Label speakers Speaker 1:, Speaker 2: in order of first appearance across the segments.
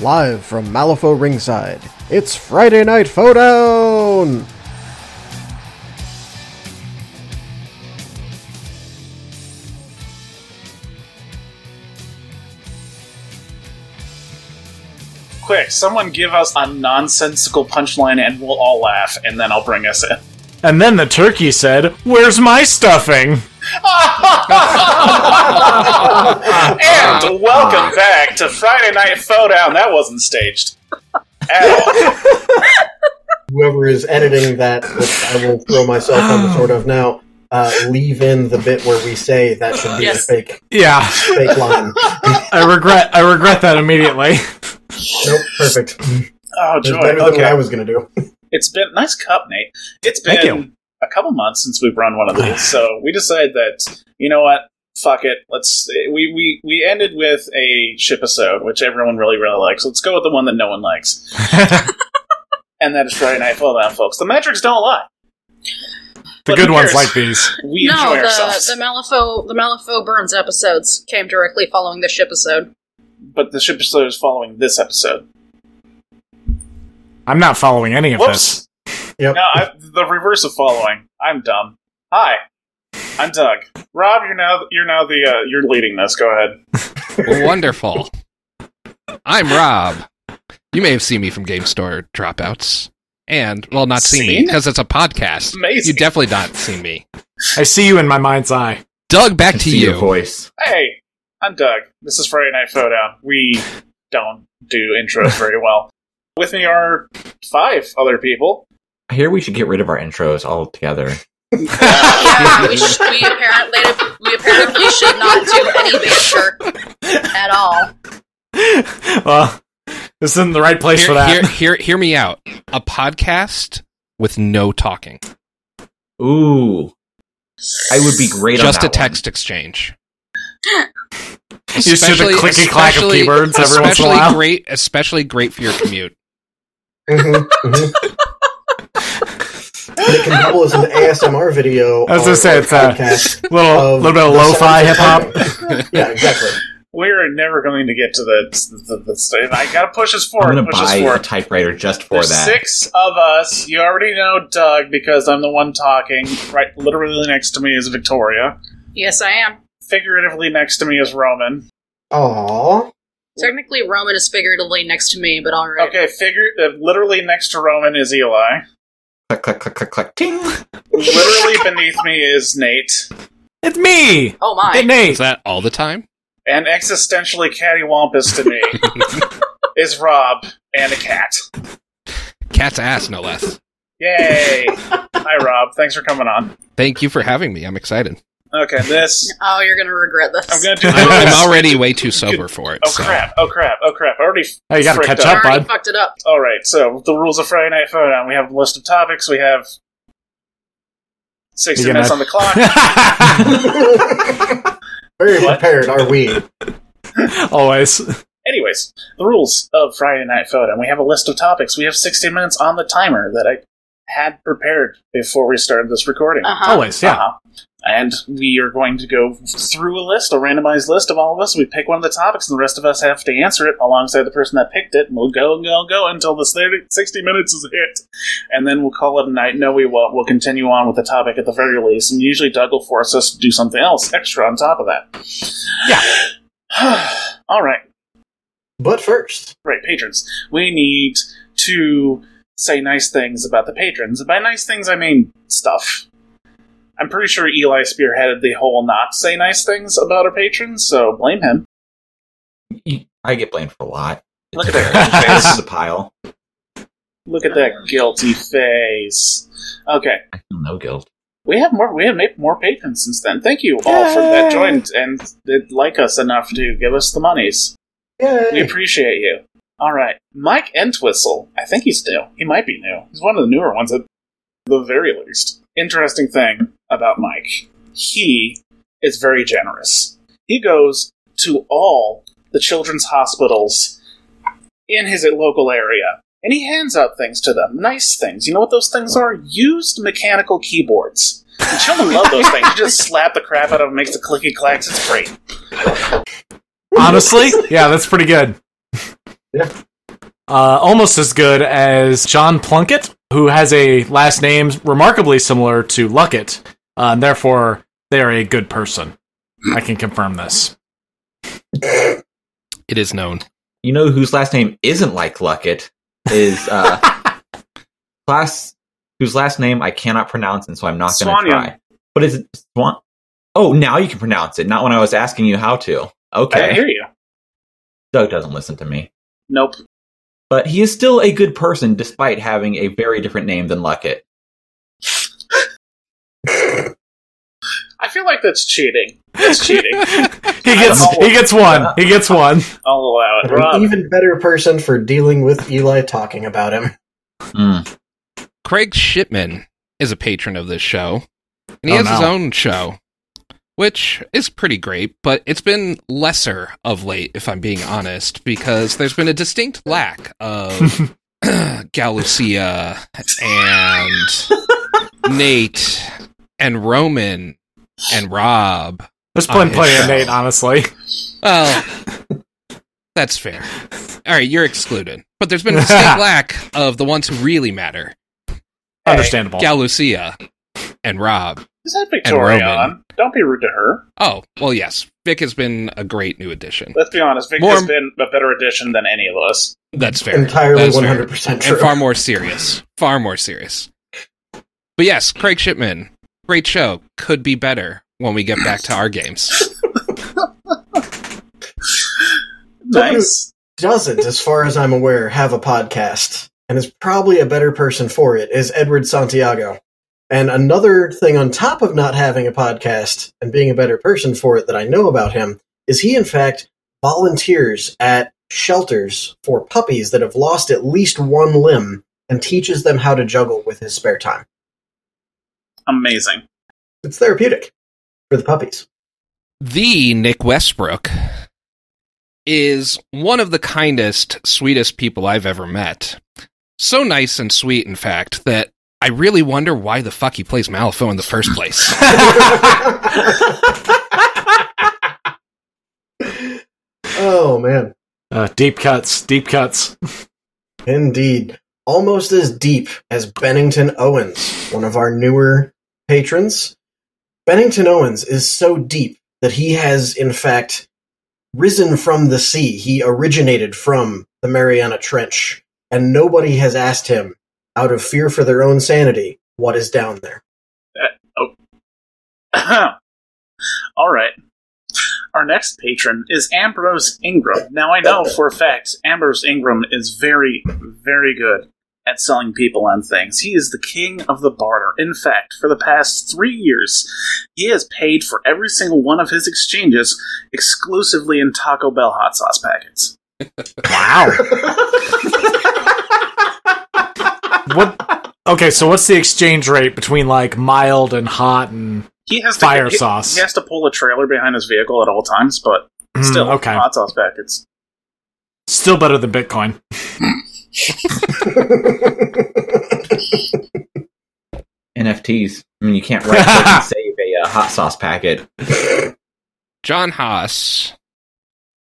Speaker 1: Live from Malifaux Ringside, it's Friday Night Down.
Speaker 2: Quick, someone give us a nonsensical punchline and we'll all laugh, and then I'll bring us in.
Speaker 3: And then the turkey said, Where's my stuffing? Ah.
Speaker 2: And welcome back to Friday Night Down. That wasn't staged. At all.
Speaker 1: Whoever is editing that, which I will throw myself on the sword of now, uh, leave in the bit where we say that should be
Speaker 4: Yes.
Speaker 1: a fake,
Speaker 3: Yeah,
Speaker 1: fake line.
Speaker 3: I regret I regret that immediately.
Speaker 1: nope, perfect.
Speaker 2: Oh,
Speaker 1: It's
Speaker 2: joy.
Speaker 1: better than what I
Speaker 2: Okay.
Speaker 1: was going to do.
Speaker 2: It's been nice cup, Nate. It's
Speaker 3: Thank
Speaker 2: been a couple months since we've run one of these, so we decided that, you know what? Fuck it. Let's. We, we, we ended with a ship episode, which everyone really, really likes. Let's go with the one that no one likes.
Speaker 3: the
Speaker 2: And that is Friday Night Down, folks. The metrics don't lie. But
Speaker 3: good
Speaker 2: who
Speaker 3: ones
Speaker 2: cares?
Speaker 3: like these.
Speaker 2: We
Speaker 4: no,
Speaker 2: enjoy
Speaker 4: the
Speaker 2: ourselves.
Speaker 4: the Malifaux the Malifaux Burns episodes came directly following the ship episode.
Speaker 2: but the ship episode is following this episode.
Speaker 3: I'm not following any of this.
Speaker 2: Whoops.
Speaker 1: Yep.
Speaker 2: No, I, the reverse of following. I'm dumb. Hi, I'm Doug. Rob, you're now you're now the uh, you're leading this. Go ahead.
Speaker 5: Wonderful. I'm Rob. You may have seen me from Game Store Dropouts. And, well, not seen, me
Speaker 2: Seen?
Speaker 5: because it's a podcast.
Speaker 2: Amazing.
Speaker 5: You definitely not seen me.
Speaker 3: I see you in my mind's eye.
Speaker 5: Doug, back
Speaker 6: I
Speaker 5: to
Speaker 6: see
Speaker 5: you.
Speaker 6: your voice.
Speaker 2: hey, I'm Doug. This is Friday Night Down. We don't do intros very well. With me are five other people.
Speaker 6: I hear we should get rid of our intros altogether.
Speaker 4: yeah, we, sh- we apparently we apparently should not do any banter at all.
Speaker 3: Well, this isn't the right place for
Speaker 5: Hear,
Speaker 3: that.
Speaker 5: hear, hear, hear me out. A podcast with no talking.
Speaker 6: Ooh, I would be great on
Speaker 5: Just a
Speaker 6: that one.
Speaker 5: text exchange.
Speaker 3: You just hear the
Speaker 5: Especially-
Speaker 3: clicky clack of
Speaker 5: especially-
Speaker 3: keyboards every once in a
Speaker 5: especially
Speaker 3: while.
Speaker 5: Great, especially great for your commute.
Speaker 1: Mhm, mhm. It mm-hmm. can double as an ASMR video.
Speaker 3: I was
Speaker 1: or-
Speaker 3: gonna say,
Speaker 1: or
Speaker 3: it's, uh,
Speaker 1: podcast
Speaker 3: little
Speaker 1: of
Speaker 3: little bit of
Speaker 1: the
Speaker 3: lo-fi hip
Speaker 1: sounds
Speaker 3: hop.
Speaker 1: of Thunder. yeah, exactly.
Speaker 2: We're never going to get to the the, the, the I gotta push us
Speaker 6: I'm
Speaker 2: forward.
Speaker 6: gonna
Speaker 2: push
Speaker 6: buy
Speaker 2: us forward.
Speaker 6: a typewriter just for
Speaker 2: There's
Speaker 6: that.
Speaker 2: six of us. You already know Doug because I'm the one talking. Right, literally next to me is Victoria.
Speaker 4: Yes, I am.
Speaker 2: Figuratively next to me is Roman.
Speaker 1: Aww.
Speaker 4: Technically, Roman is figuratively next to me, but all right.
Speaker 2: Okay, figure uh, literally next to Roman is Eli.
Speaker 6: Click, click, click, click, click, ting.
Speaker 2: Literally beneath me is Nate.
Speaker 3: It's me!
Speaker 4: Oh my!
Speaker 3: Hey
Speaker 5: Is
Speaker 3: Nate!
Speaker 5: that all the time?
Speaker 2: And existentially cattywampus to me is Rob and a cat.
Speaker 5: Cat's ass, no less.
Speaker 2: Yay! Hi, Rob. Thanks for coming on.
Speaker 5: Thank you for having me. I'm excited.
Speaker 2: Okay, this.
Speaker 4: Oh, you're gonna regret this.
Speaker 2: I'm gonna do.
Speaker 5: I'm, I'm already way too sober for it.
Speaker 2: Oh
Speaker 5: so.
Speaker 2: crap! Oh crap! Oh crap! I already
Speaker 3: Oh, you gotta
Speaker 2: Fricked
Speaker 3: catch
Speaker 2: up.
Speaker 4: I
Speaker 3: up,
Speaker 4: already
Speaker 3: bud.
Speaker 4: fucked it up.
Speaker 2: All right. So the rules of Friday Night Phone. We have a list of topics. We have sixty
Speaker 3: You gonna-
Speaker 2: minutes on the clock.
Speaker 1: Very
Speaker 2: What?
Speaker 1: prepared are we?
Speaker 3: Always.
Speaker 2: Uh, Anyways, the rules of Friday Night Phone. We have a list of topics. We have sixty minutes on the timer that I had prepared before we started this recording.
Speaker 4: Uh huh.
Speaker 3: Always, yeah.
Speaker 2: Uh-huh. And we are going to go through a list, a randomized list of all of us. We pick one of the topics, and the rest of us have to answer it alongside the person that picked it. And we'll go and go and go until this 30, 60 minutes is hit. And then we'll call it a night. No, we won't. We'll continue on with the topic at the very least. And usually Doug will force us to do something else extra on top of that. Yeah. all right.
Speaker 1: But first,
Speaker 2: Right, patrons. We need to say nice things about the patrons. And by nice things, I mean stuff. I'm pretty sure Eli spearheaded the whole not say nice things about our patrons, so blame him.
Speaker 6: You- I get blamed for a lot.
Speaker 2: Look at
Speaker 6: It's
Speaker 2: that
Speaker 6: embarrassing.
Speaker 2: face.
Speaker 6: This is a pile.
Speaker 2: Look at that guilty face. Okay,
Speaker 6: I feel no guilt.
Speaker 2: we have more. We have made more patrons since then. Thank you all for that joined and that like us enough to give us the monies. We
Speaker 1: yay!
Speaker 2: appreciate you. All right, Mike Entwistle. I think he's new. He might be new. He's one of the newer ones at the very least. Interesting thing about Mike, he is very generous. He goes to all the children's hospitals in his local area, and he hands out things to them. Nice things. You know what those things are? Used mechanical keyboards. And children love those things. You just slap the crap out of them, makes the clicky clacks. It's great.
Speaker 3: Honestly? Yeah, that's pretty good. uh, almost as good as John Plunkett, who has a last name remarkably similar to Luckett, uh, and therefore they are a good person. I can confirm this.
Speaker 5: It is known.
Speaker 6: You know whose last name isn't like Luckett is uh, class whose last name I cannot pronounce, and so I'm not going
Speaker 2: Swanyan.
Speaker 6: to try. But is it Swan? Oh, now you can pronounce it. Not when I was asking you how to.
Speaker 2: I didn't
Speaker 6: Okay,
Speaker 2: hear you.
Speaker 6: Doug doesn't listen to me,
Speaker 2: Nope.
Speaker 6: but he is still a good person despite having a very different name than Luckett.
Speaker 2: I feel like that's cheating. That's cheating.
Speaker 3: He gets
Speaker 2: don't know.
Speaker 3: he gets one. He gets one.
Speaker 2: I'll allow it.
Speaker 1: An
Speaker 2: Rob,
Speaker 1: even better person for dealing with Eli talking about him.
Speaker 6: Mm.
Speaker 5: Craig Shipman is a patron of this show, and he
Speaker 3: Oh,
Speaker 5: has his
Speaker 3: no.
Speaker 5: own show, which is pretty great, but it's been lesser of late, if I'm being honest, because there's been a distinct lack of Galucia and Nate and Roman and Rob.
Speaker 3: There's plenty,
Speaker 5: Oh,
Speaker 3: plenty
Speaker 5: yeah.
Speaker 3: of Nate, honestly.
Speaker 5: Well, that's fair. All right, you're excluded, but there's been a distinct lack of the ones who really matter:
Speaker 3: Understandable.
Speaker 5: Galucia and Rob.
Speaker 2: is that Victoria
Speaker 5: Roman.
Speaker 2: on? Don't be rude to her.
Speaker 5: Oh, well, yes. Vic has been a great new addition.
Speaker 2: Let's be honest. Vic
Speaker 5: More-
Speaker 2: has been a better addition than any of us.
Speaker 5: That's fair.
Speaker 1: Entirely
Speaker 5: That's fair.
Speaker 1: 100% true.
Speaker 5: And far more serious. Far more serious. But yes, Craig Shipman, great show. Could be better when we get back to our games.
Speaker 1: Someone who
Speaker 2: Nice.
Speaker 1: doesn't, as far as I'm aware, have a podcast and is probably a better person for it is Edward Santiago. And another thing on top of not having a podcast and being a better person for it that I know about him is he in fact volunteers at shelters for puppies that have lost at least one limb and teaches them how to juggle with his spare time.
Speaker 2: Amazing.
Speaker 1: It's therapeutic for the puppies.
Speaker 5: The Nick Westbrook is one of the kindest, sweetest people I've ever met. So nice and sweet, in fact, that I really wonder why the fuck he plays Malifaux in the first place.
Speaker 1: oh man.
Speaker 3: Uh, deep cuts. Deep cuts.
Speaker 1: Indeed. Almost as deep as Bennington Owens, one of our newer patrons. Bennington Owens is so deep that he has, in fact, risen from the sea. He originated from the Mariana Trench, and nobody has asked him, out of fear for their own sanity, what is down there.
Speaker 2: All right. Our next patron is Ambrose Ingram. Now, I know for a fact Ambrose Ingram is very, very good at selling people on things. He is the king of the barter. In fact, for the past three years, he has paid for every single one of his exchanges exclusively in Taco Bell hot sauce packets.
Speaker 3: Wow. what? Okay, so what's the exchange rate between like mild and hot and
Speaker 2: He has to
Speaker 3: fire
Speaker 2: he-
Speaker 3: sauce?
Speaker 2: He has to pull a trailer behind his vehicle at all times, but
Speaker 3: Hmm,
Speaker 2: still,
Speaker 3: okay.
Speaker 2: hot sauce packets.
Speaker 3: Still better than Bitcoin.
Speaker 6: NFTs. I mean, you can't write code and save a uh, hot sauce packet.
Speaker 5: John Haas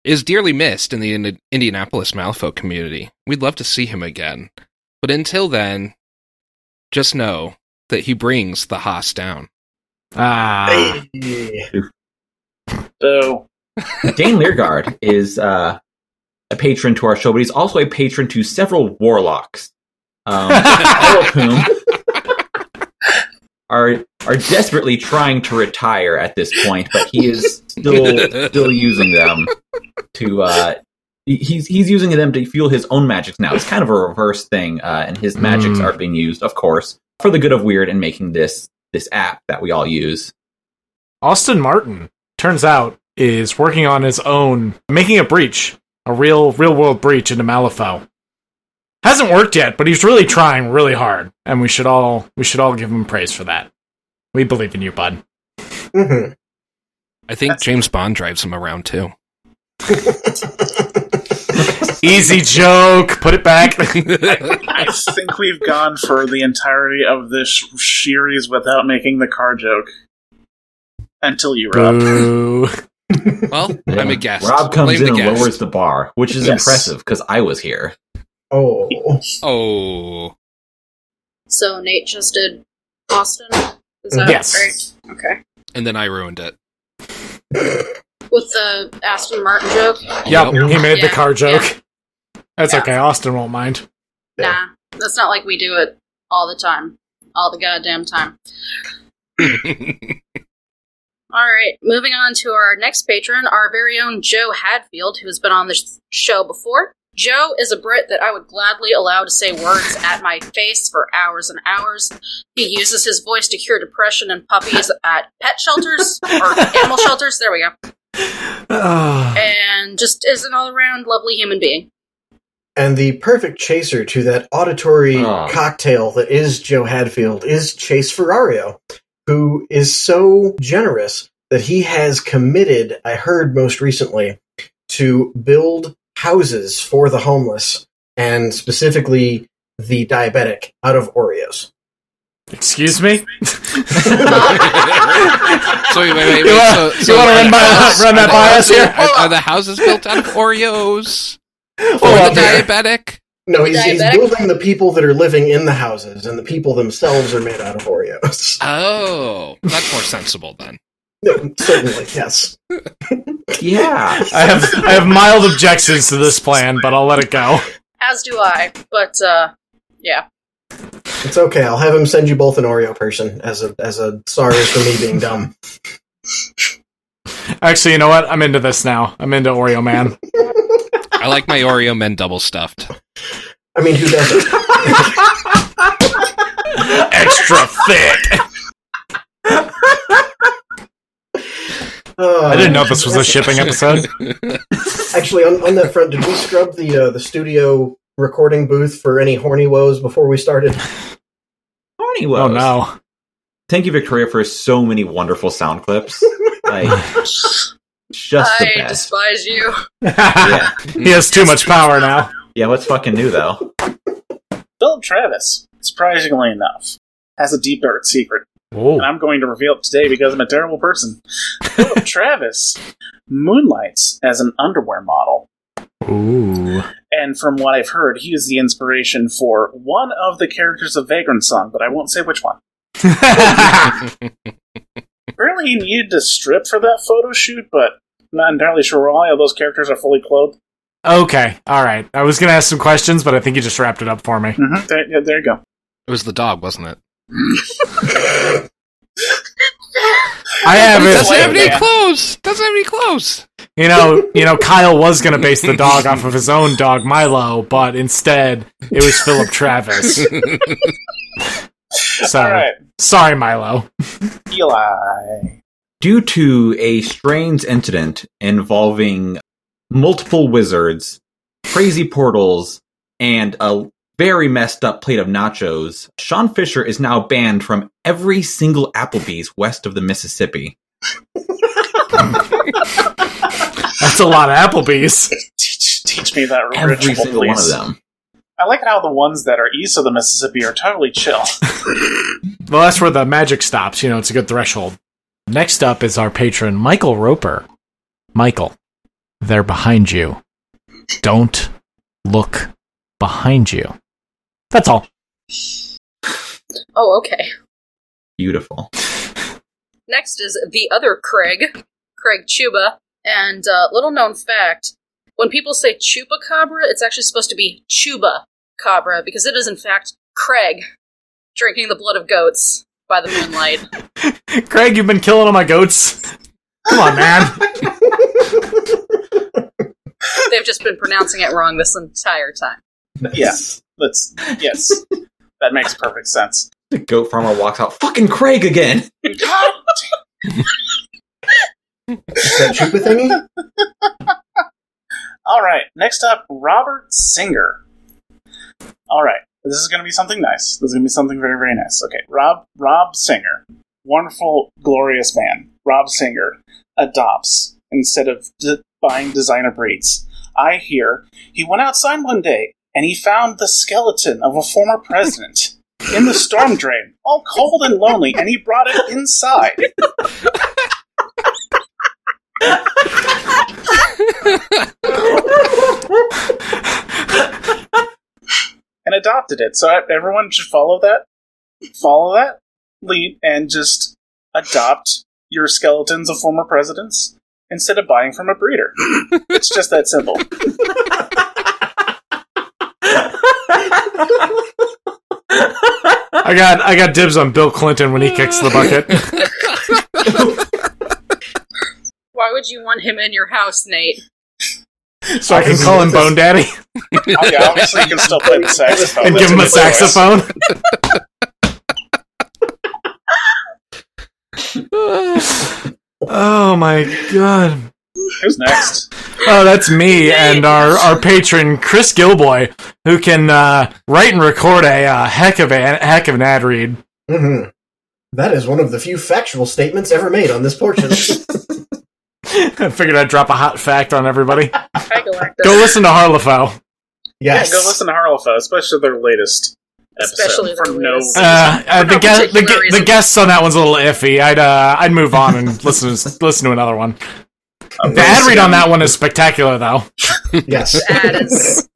Speaker 5: is dearly missed in the Ind- Indianapolis Malfo community. We'd love to see him again. But until then, just know that he brings the Haas down.
Speaker 3: Ah,
Speaker 1: Hey.
Speaker 2: Boo.
Speaker 6: Dane Leargard is uh, a patron to our show, but he's also a patron to several warlocks, um, all of whom are are desperately trying to retire at this point, but he is still still using them to. Uh, he- He's he's using them to fuel his own magics now. It's kind of a reverse thing, uh, and his magics
Speaker 3: Mm.
Speaker 6: are being used, of course, for the good of weird and making this this app that we all use.
Speaker 3: Austin Martin turns out is working on his own, making a breach, a real real world breach into Malifaux. Hasn't worked yet, but he's really trying really hard, and we should all we should all give him praise for that. We believe in you, bud.
Speaker 1: Mhm.
Speaker 5: I think James Bond drives him around too.
Speaker 3: Easy joke. Put it back.
Speaker 2: I think we've gone for the entirety of this sh- series without making the car joke. Until you were up.
Speaker 3: Boo.
Speaker 5: well, I'm a guest.
Speaker 6: Rob comes
Speaker 5: Blame
Speaker 6: in
Speaker 5: the
Speaker 6: and
Speaker 5: guest.
Speaker 6: lowers the bar, which is
Speaker 2: Yes.
Speaker 6: impressive because I was here.
Speaker 1: Oh,
Speaker 5: Oh.
Speaker 4: So Nate just did Austin. Is that
Speaker 3: Yes.
Speaker 4: right? Okay.
Speaker 5: And then I ruined it.
Speaker 4: With the Aston Martin joke.
Speaker 3: Yep,
Speaker 5: Nope.
Speaker 3: he made the
Speaker 4: Yeah,
Speaker 3: car joke. That's
Speaker 4: Yeah.
Speaker 3: okay. Austin won't mind.
Speaker 1: Yeah.
Speaker 4: Nah, that's not like we do it all the time, all the goddamn time. All right, moving on to our next patron, our very own Joe Hadfield, who has been on this show before. Joe is a Brit that I would gladly allow to say words at my face for hours and hours. He uses his voice to cure depression in puppies at pet shelters or animal shelters. There we go.
Speaker 3: Ah.
Speaker 4: And just is an all around lovely human being.
Speaker 1: and the perfect chaser to that auditory
Speaker 6: Oh.
Speaker 1: cocktail that is Joe Hadfield is Chase Ferrario, who is so generous that he has committed, I heard most recently, to build houses for the homeless and specifically the diabetic out of Oreos.
Speaker 3: Excuse me.
Speaker 5: So wait, wait, wait.
Speaker 3: You
Speaker 5: wait,
Speaker 3: wanna-
Speaker 5: so, so
Speaker 3: you wanna run by- run that
Speaker 5: are
Speaker 3: by
Speaker 5: the
Speaker 3: us here?
Speaker 5: houses- Are, are the houses built out of Oreos? For
Speaker 1: Well,
Speaker 5: the
Speaker 1: yeah.
Speaker 5: diabetic?
Speaker 1: No, he's, he's
Speaker 4: Diabetic?
Speaker 1: building the people that are living in the houses, and the people themselves are made out of Oreos.
Speaker 5: Oh, that's more sensible then.
Speaker 1: No, certainly, yes.
Speaker 6: Yeah.
Speaker 3: I have I have mild objections to this plan, but I'll let it go.
Speaker 4: As do I, but uh, yeah.
Speaker 1: It's okay. I'll have him send you both an Oreo person as a as a sorry for me being dumb.
Speaker 3: Actually, you know what? I'm into this now. I'm into Oreo Man.
Speaker 5: I like my Oreo men double stuffed.
Speaker 1: I mean, who doesn't?
Speaker 3: Extra thick.
Speaker 1: Uh,
Speaker 3: I didn't know this was a shipping episode.
Speaker 1: Actually, on, on that front, did we scrub the uh, the studio recording booth for any horny woes before we started?
Speaker 6: Horny
Speaker 3: Oh
Speaker 6: woes.
Speaker 3: no.
Speaker 6: Thank you, Victoria, for so many wonderful sound clips. Like, just the
Speaker 4: I
Speaker 6: best.
Speaker 4: despise you.
Speaker 6: yeah.
Speaker 3: he has too much power now.
Speaker 6: yeah, what's fucking new, though?
Speaker 2: Philip Travis, surprisingly enough, has a deep dark secret,
Speaker 3: Ooh.
Speaker 2: and I'm going to reveal it today because I'm a terrible person. Philip Travis moonlights as an underwear model,
Speaker 3: Ooh.
Speaker 2: and from what I've heard, he is the inspiration for one of the characters of Vagrant Song, but I won't say which one. Apparently, he needed to strip for that photo shoot, but I'm not entirely sure why. All those characters are fully clothed.
Speaker 3: okay. All right. I was gonna ask some questions, but I think you just wrapped it up for me.
Speaker 2: hmm There, yeah, there you go.
Speaker 5: It was the dog, wasn't it?
Speaker 3: I have
Speaker 5: But he doesn't have
Speaker 3: it.
Speaker 5: any clothes. Doesn't have any clothes.
Speaker 3: You know, you know, Kyle was gonna base the dog off of his own dog Milo, but instead it was Philip Travis. So
Speaker 2: All right,
Speaker 3: sorry, Milo.
Speaker 2: Eli.
Speaker 6: Due to a strange incident involving multiple wizards, crazy portals, and a very messed up plate of nachos, Sean Fisher is now banned from every single Applebee's west of the Mississippi.
Speaker 3: That's a lot of Applebee's.
Speaker 2: Teach, teach me that
Speaker 6: Every
Speaker 2: ritual,
Speaker 6: single
Speaker 2: please.
Speaker 6: one of them.
Speaker 2: I like how the ones that are east of the Mississippi are totally chill.
Speaker 3: Well, that's where the magic stops. You know, it's a good threshold. Next up is our patron, Michael Roper. Michael, they're behind you. Don't look behind you. That's all.
Speaker 4: Oh, okay.
Speaker 6: Beautiful.
Speaker 4: Next is the other Craig, Craig Chuba. And uh, little known fact when people say chupacabra, it's actually supposed to be chuba cabra because it is, in fact, Craig drinking the blood of goats by the moonlight.
Speaker 3: Craig, you've been killing all my goats. Come on, man.
Speaker 4: They've just been pronouncing it wrong this entire time.
Speaker 2: Yes. That's yes. that makes perfect sense.
Speaker 6: The goat farmer walks out. Fucking Craig again.
Speaker 2: God,
Speaker 1: Is that Chupa thingy?
Speaker 2: All right. Next up, Robert Singer. All right. This is going to be something nice. This is going to be something very, very nice. Okay. Rob Rob Singer, wonderful, glorious man. Rob Singer adopts instead of d- buying designer breeds. I hear he went outside one day and he found the skeleton of a former president in the storm drain, all cold and lonely, and he brought it inside. adopted it. So I- everyone should follow that, follow that lead, and just adopt your skeletons of former presidents instead of buying from a breeder. it's just that simple.
Speaker 3: I got I got dibs on Bill Clinton when he kicks the bucket.
Speaker 4: Why would you want him in your house, Nate?
Speaker 3: So I can call him Bone Daddy
Speaker 2: I mean, obviously, you can still play the saxophone.
Speaker 3: and give him a
Speaker 2: That's good choice.
Speaker 3: saxophone. Oh my god.
Speaker 2: Who's next?
Speaker 3: Oh, that's me and our, our patron Chris Gilboy, who can uh, write and record a uh, heck of a heck of an ad read.
Speaker 1: Mhm. That is one of the few factual statements ever made on this portion.
Speaker 3: I figured I'd drop a hot fact on everybody.
Speaker 4: I go like
Speaker 3: Go
Speaker 4: this.
Speaker 3: listen to Harlefo.
Speaker 1: yes.
Speaker 2: Yeah, go listen to Harlefo, especially their latest episode.
Speaker 4: Especially their
Speaker 2: for no
Speaker 4: latest.
Speaker 2: reason.
Speaker 3: Uh, uh, the,
Speaker 4: no
Speaker 3: guest, the,
Speaker 4: particular
Speaker 3: gu- the
Speaker 4: reason.
Speaker 3: guests on that one's a little iffy. I'd uh, I'd move on and listen to, listen to another one.
Speaker 2: I'm
Speaker 3: The ad
Speaker 2: really
Speaker 3: read on
Speaker 2: sad.
Speaker 3: that one is spectacular, though.
Speaker 1: Yes.
Speaker 4: That is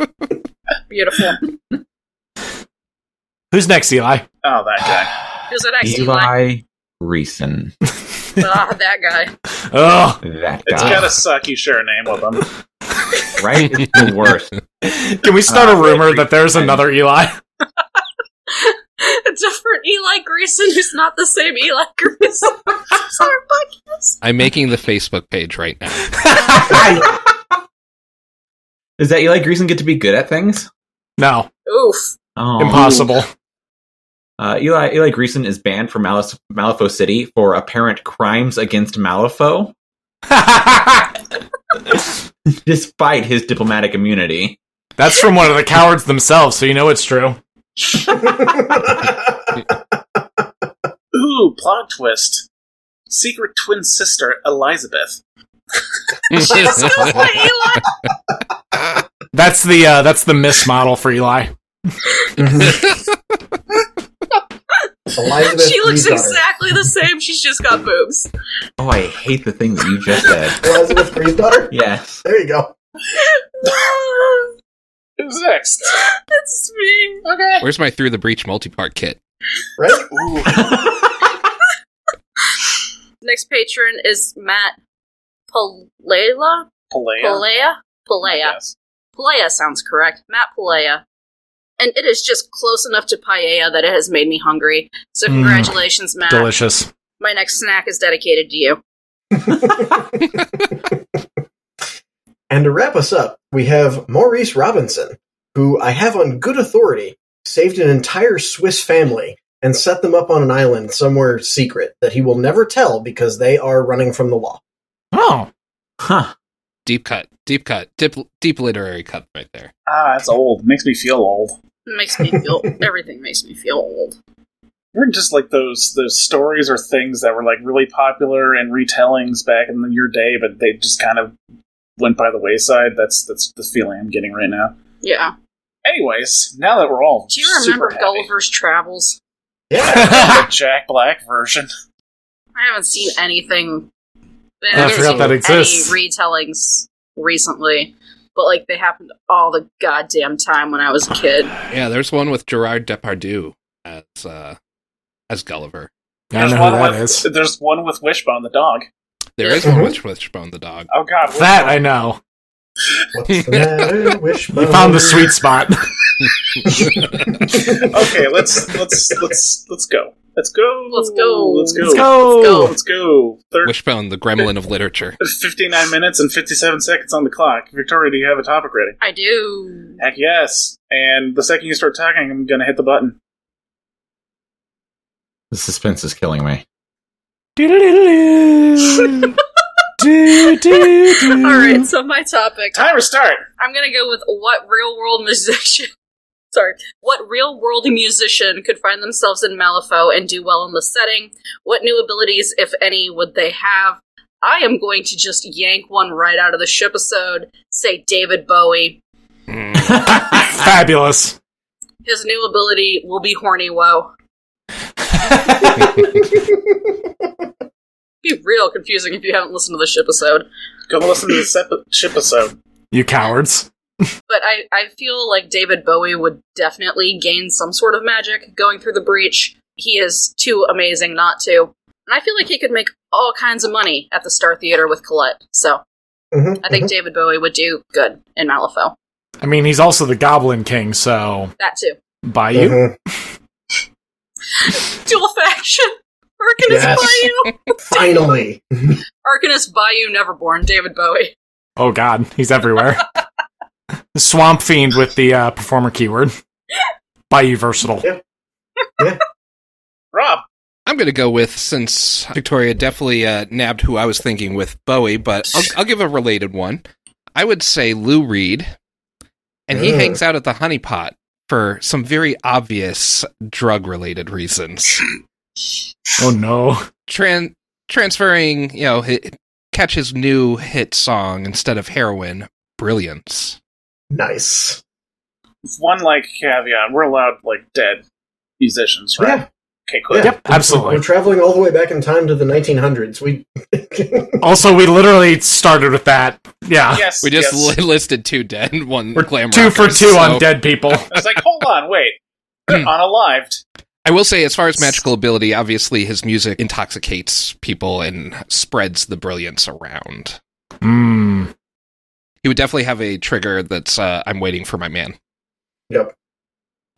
Speaker 4: beautiful.
Speaker 3: Who's next, Eli?
Speaker 2: Oh, that
Speaker 3: Ah,
Speaker 2: guy.
Speaker 4: Who's the next Eli?
Speaker 6: Eli Reeson.
Speaker 4: Ah, that guy.
Speaker 3: Ugh.
Speaker 6: That
Speaker 2: It's
Speaker 6: guy.
Speaker 2: gotta suck you share a name with them.
Speaker 6: right? It's the worst.
Speaker 3: Can we start
Speaker 6: Uh,
Speaker 3: a rumor
Speaker 6: Reeson.
Speaker 3: that there's another Eli?
Speaker 4: A different Eli Greason who's not the same Eli Greason. Sorry, fuck.
Speaker 5: I'm making the Facebook page right now.
Speaker 6: Does that Eli Greason get to be good at things?
Speaker 3: No,
Speaker 4: Oof.
Speaker 6: Oh.
Speaker 3: impossible.
Speaker 6: Uh, Eli Eli Greason is banned from Malif- Malifaux City for apparent crimes against Malifaux, despite his diplomatic immunity.
Speaker 3: That's from one of the cowards themselves, so you know it's true.
Speaker 2: Ooh, plot twist. Secret twin sister Elizabeth.
Speaker 4: That's what Eli.
Speaker 3: That's the uh, that's the miss model for Eli.
Speaker 1: Elizabeth
Speaker 4: She looks
Speaker 1: Griesdaughter.
Speaker 4: exactly the same. She's just got boobs.
Speaker 6: Oh, I hate the thing that you just said.
Speaker 1: Elizabeth Gree's daughter?
Speaker 6: Yes.
Speaker 1: There you go.
Speaker 2: Who's next?
Speaker 4: That's me. Okay.
Speaker 5: Where's my Through the Breach multi-part kit?
Speaker 1: Right?
Speaker 2: Ooh,
Speaker 4: Next patron is Matt Palea.
Speaker 2: Palea.
Speaker 4: Palea? Palea.
Speaker 2: Yes.
Speaker 4: Palea sounds correct. Matt Palea. And it is just close enough to paella that it has made me hungry. So
Speaker 3: Mm.
Speaker 4: congratulations, Matt.
Speaker 3: Delicious.
Speaker 4: My next snack is dedicated to you.
Speaker 1: And to wrap us up, we have Maurice Robinson, who I have on good authority saved an entire Swiss family and set them up on an island somewhere secret that he will never tell because they are running from the law.
Speaker 3: Oh,
Speaker 6: Huh.
Speaker 5: Deep cut, deep cut, deep, deep literary cut right there.
Speaker 2: Ah, that's old. Makes me feel old.
Speaker 4: It makes me feel everything makes me feel old.
Speaker 2: We're just like those those stories or things that were like really popular and retellings back in your day, but they just kind of went by the wayside. That's that's the feeling I'm getting right now.
Speaker 4: Yeah.
Speaker 2: Anyways, now that we're all
Speaker 4: Do you remember
Speaker 2: super happy,
Speaker 4: Gulliver's Travels?
Speaker 1: Yeah.
Speaker 2: the Jack Black version.
Speaker 4: I haven't seen anything. I
Speaker 5: I
Speaker 4: haven't
Speaker 5: forgot
Speaker 4: seen
Speaker 5: that
Speaker 3: exists.
Speaker 4: Any retellings recently, but like they happened all the goddamn time when I was a kid.
Speaker 5: Yeah, there's one with Gerard Depardieu as uh, as Gulliver.
Speaker 3: I
Speaker 2: There's
Speaker 3: know
Speaker 2: one
Speaker 3: who that
Speaker 2: with,
Speaker 3: is.
Speaker 2: There's one with Wishbone the dog.
Speaker 5: There is one with Wishbone the dog.
Speaker 2: Oh God,
Speaker 3: That I know.
Speaker 1: What's the matter? Wishbone?
Speaker 3: You found the sweet Mm-hmm. spot.
Speaker 2: okay, let's let's let's let's go. Let's go.
Speaker 4: Let's go.
Speaker 2: Let's go.
Speaker 3: Let's go.
Speaker 2: Let's go. Thir-
Speaker 5: Wishbone, the gremlin of literature.
Speaker 2: 59 minutes and 57 seconds on the clock. Victoria, do you have a topic ready?
Speaker 4: I do.
Speaker 2: Heck yes. And the second you start talking, I'm going to hit the button.
Speaker 6: The suspense is killing me.
Speaker 3: Doodle-doodle-doo. Doo-doo-doo.
Speaker 4: All right, so my topic.
Speaker 2: Timer start.
Speaker 4: I'm gonna go with what real world musician. Sorry, what real world musician could find themselves in Malifaux and do well in the setting? What new abilities, if any, would they have? I am going to just yank one right out of the ship episode. Say David Bowie.
Speaker 5: Mm.
Speaker 3: Fabulous.
Speaker 4: His new ability will be horny woe. Be real confusing if you haven't listened to the ship episode.
Speaker 2: Go listen to the sep- ship episode.
Speaker 3: You cowards.
Speaker 4: but I, I feel like David Bowie would definitely gain some sort of magic going through the breach. He is too amazing not to. And I feel like he could make all kinds of money at the Star Theater with Colette. So
Speaker 1: Mhm,
Speaker 4: I think
Speaker 1: mhm.
Speaker 4: David Bowie would do good in Malifaux.
Speaker 3: I mean, he's also the Goblin King, so
Speaker 4: That too.
Speaker 3: Bayou.
Speaker 1: Mhm.
Speaker 4: Dual faction! Arcanist
Speaker 1: Yes.
Speaker 4: Bayou!
Speaker 1: Finally,
Speaker 4: Arcanist Bayou Neverborn, David Bowie.
Speaker 3: Oh God, he's everywhere. The Swamp Fiend with the uh, performer keyword. Bayou versatile.
Speaker 2: Rob,
Speaker 5: I'm going to go with since Victoria definitely uh, nabbed who I was thinking with Bowie, but I'll, I'll give a related one. I would say Lou Reed, and he
Speaker 1: Mm.
Speaker 5: hangs out at the Honey Pot for some very obvious drug-related reasons.
Speaker 3: Oh no.
Speaker 5: Tran- transferring, you know, hit, catch his new hit song instead of heroin. Brilliance.
Speaker 1: nice.
Speaker 2: one like caveat: we're allowed like dead musicians, right?
Speaker 1: Yeah.
Speaker 2: Okay, cool.
Speaker 3: Yep,
Speaker 1: We're-
Speaker 3: absolutely.
Speaker 1: We're traveling all the way back in time to the 1900s. We
Speaker 3: Also, we literally started with that. Yeah,
Speaker 2: Yes,
Speaker 5: We just
Speaker 2: yes.
Speaker 5: li- listed two dead and one
Speaker 3: we're
Speaker 5: glam
Speaker 3: two for
Speaker 5: rockers,
Speaker 3: two on
Speaker 5: so-
Speaker 3: dead people.
Speaker 2: It's like, hold on, wait, unalived.
Speaker 5: I will say, as far as magical ability, obviously his music intoxicates people and spreads the brilliance around.
Speaker 3: Mm.
Speaker 5: He would definitely have a trigger that's uh, I'm waiting for my man.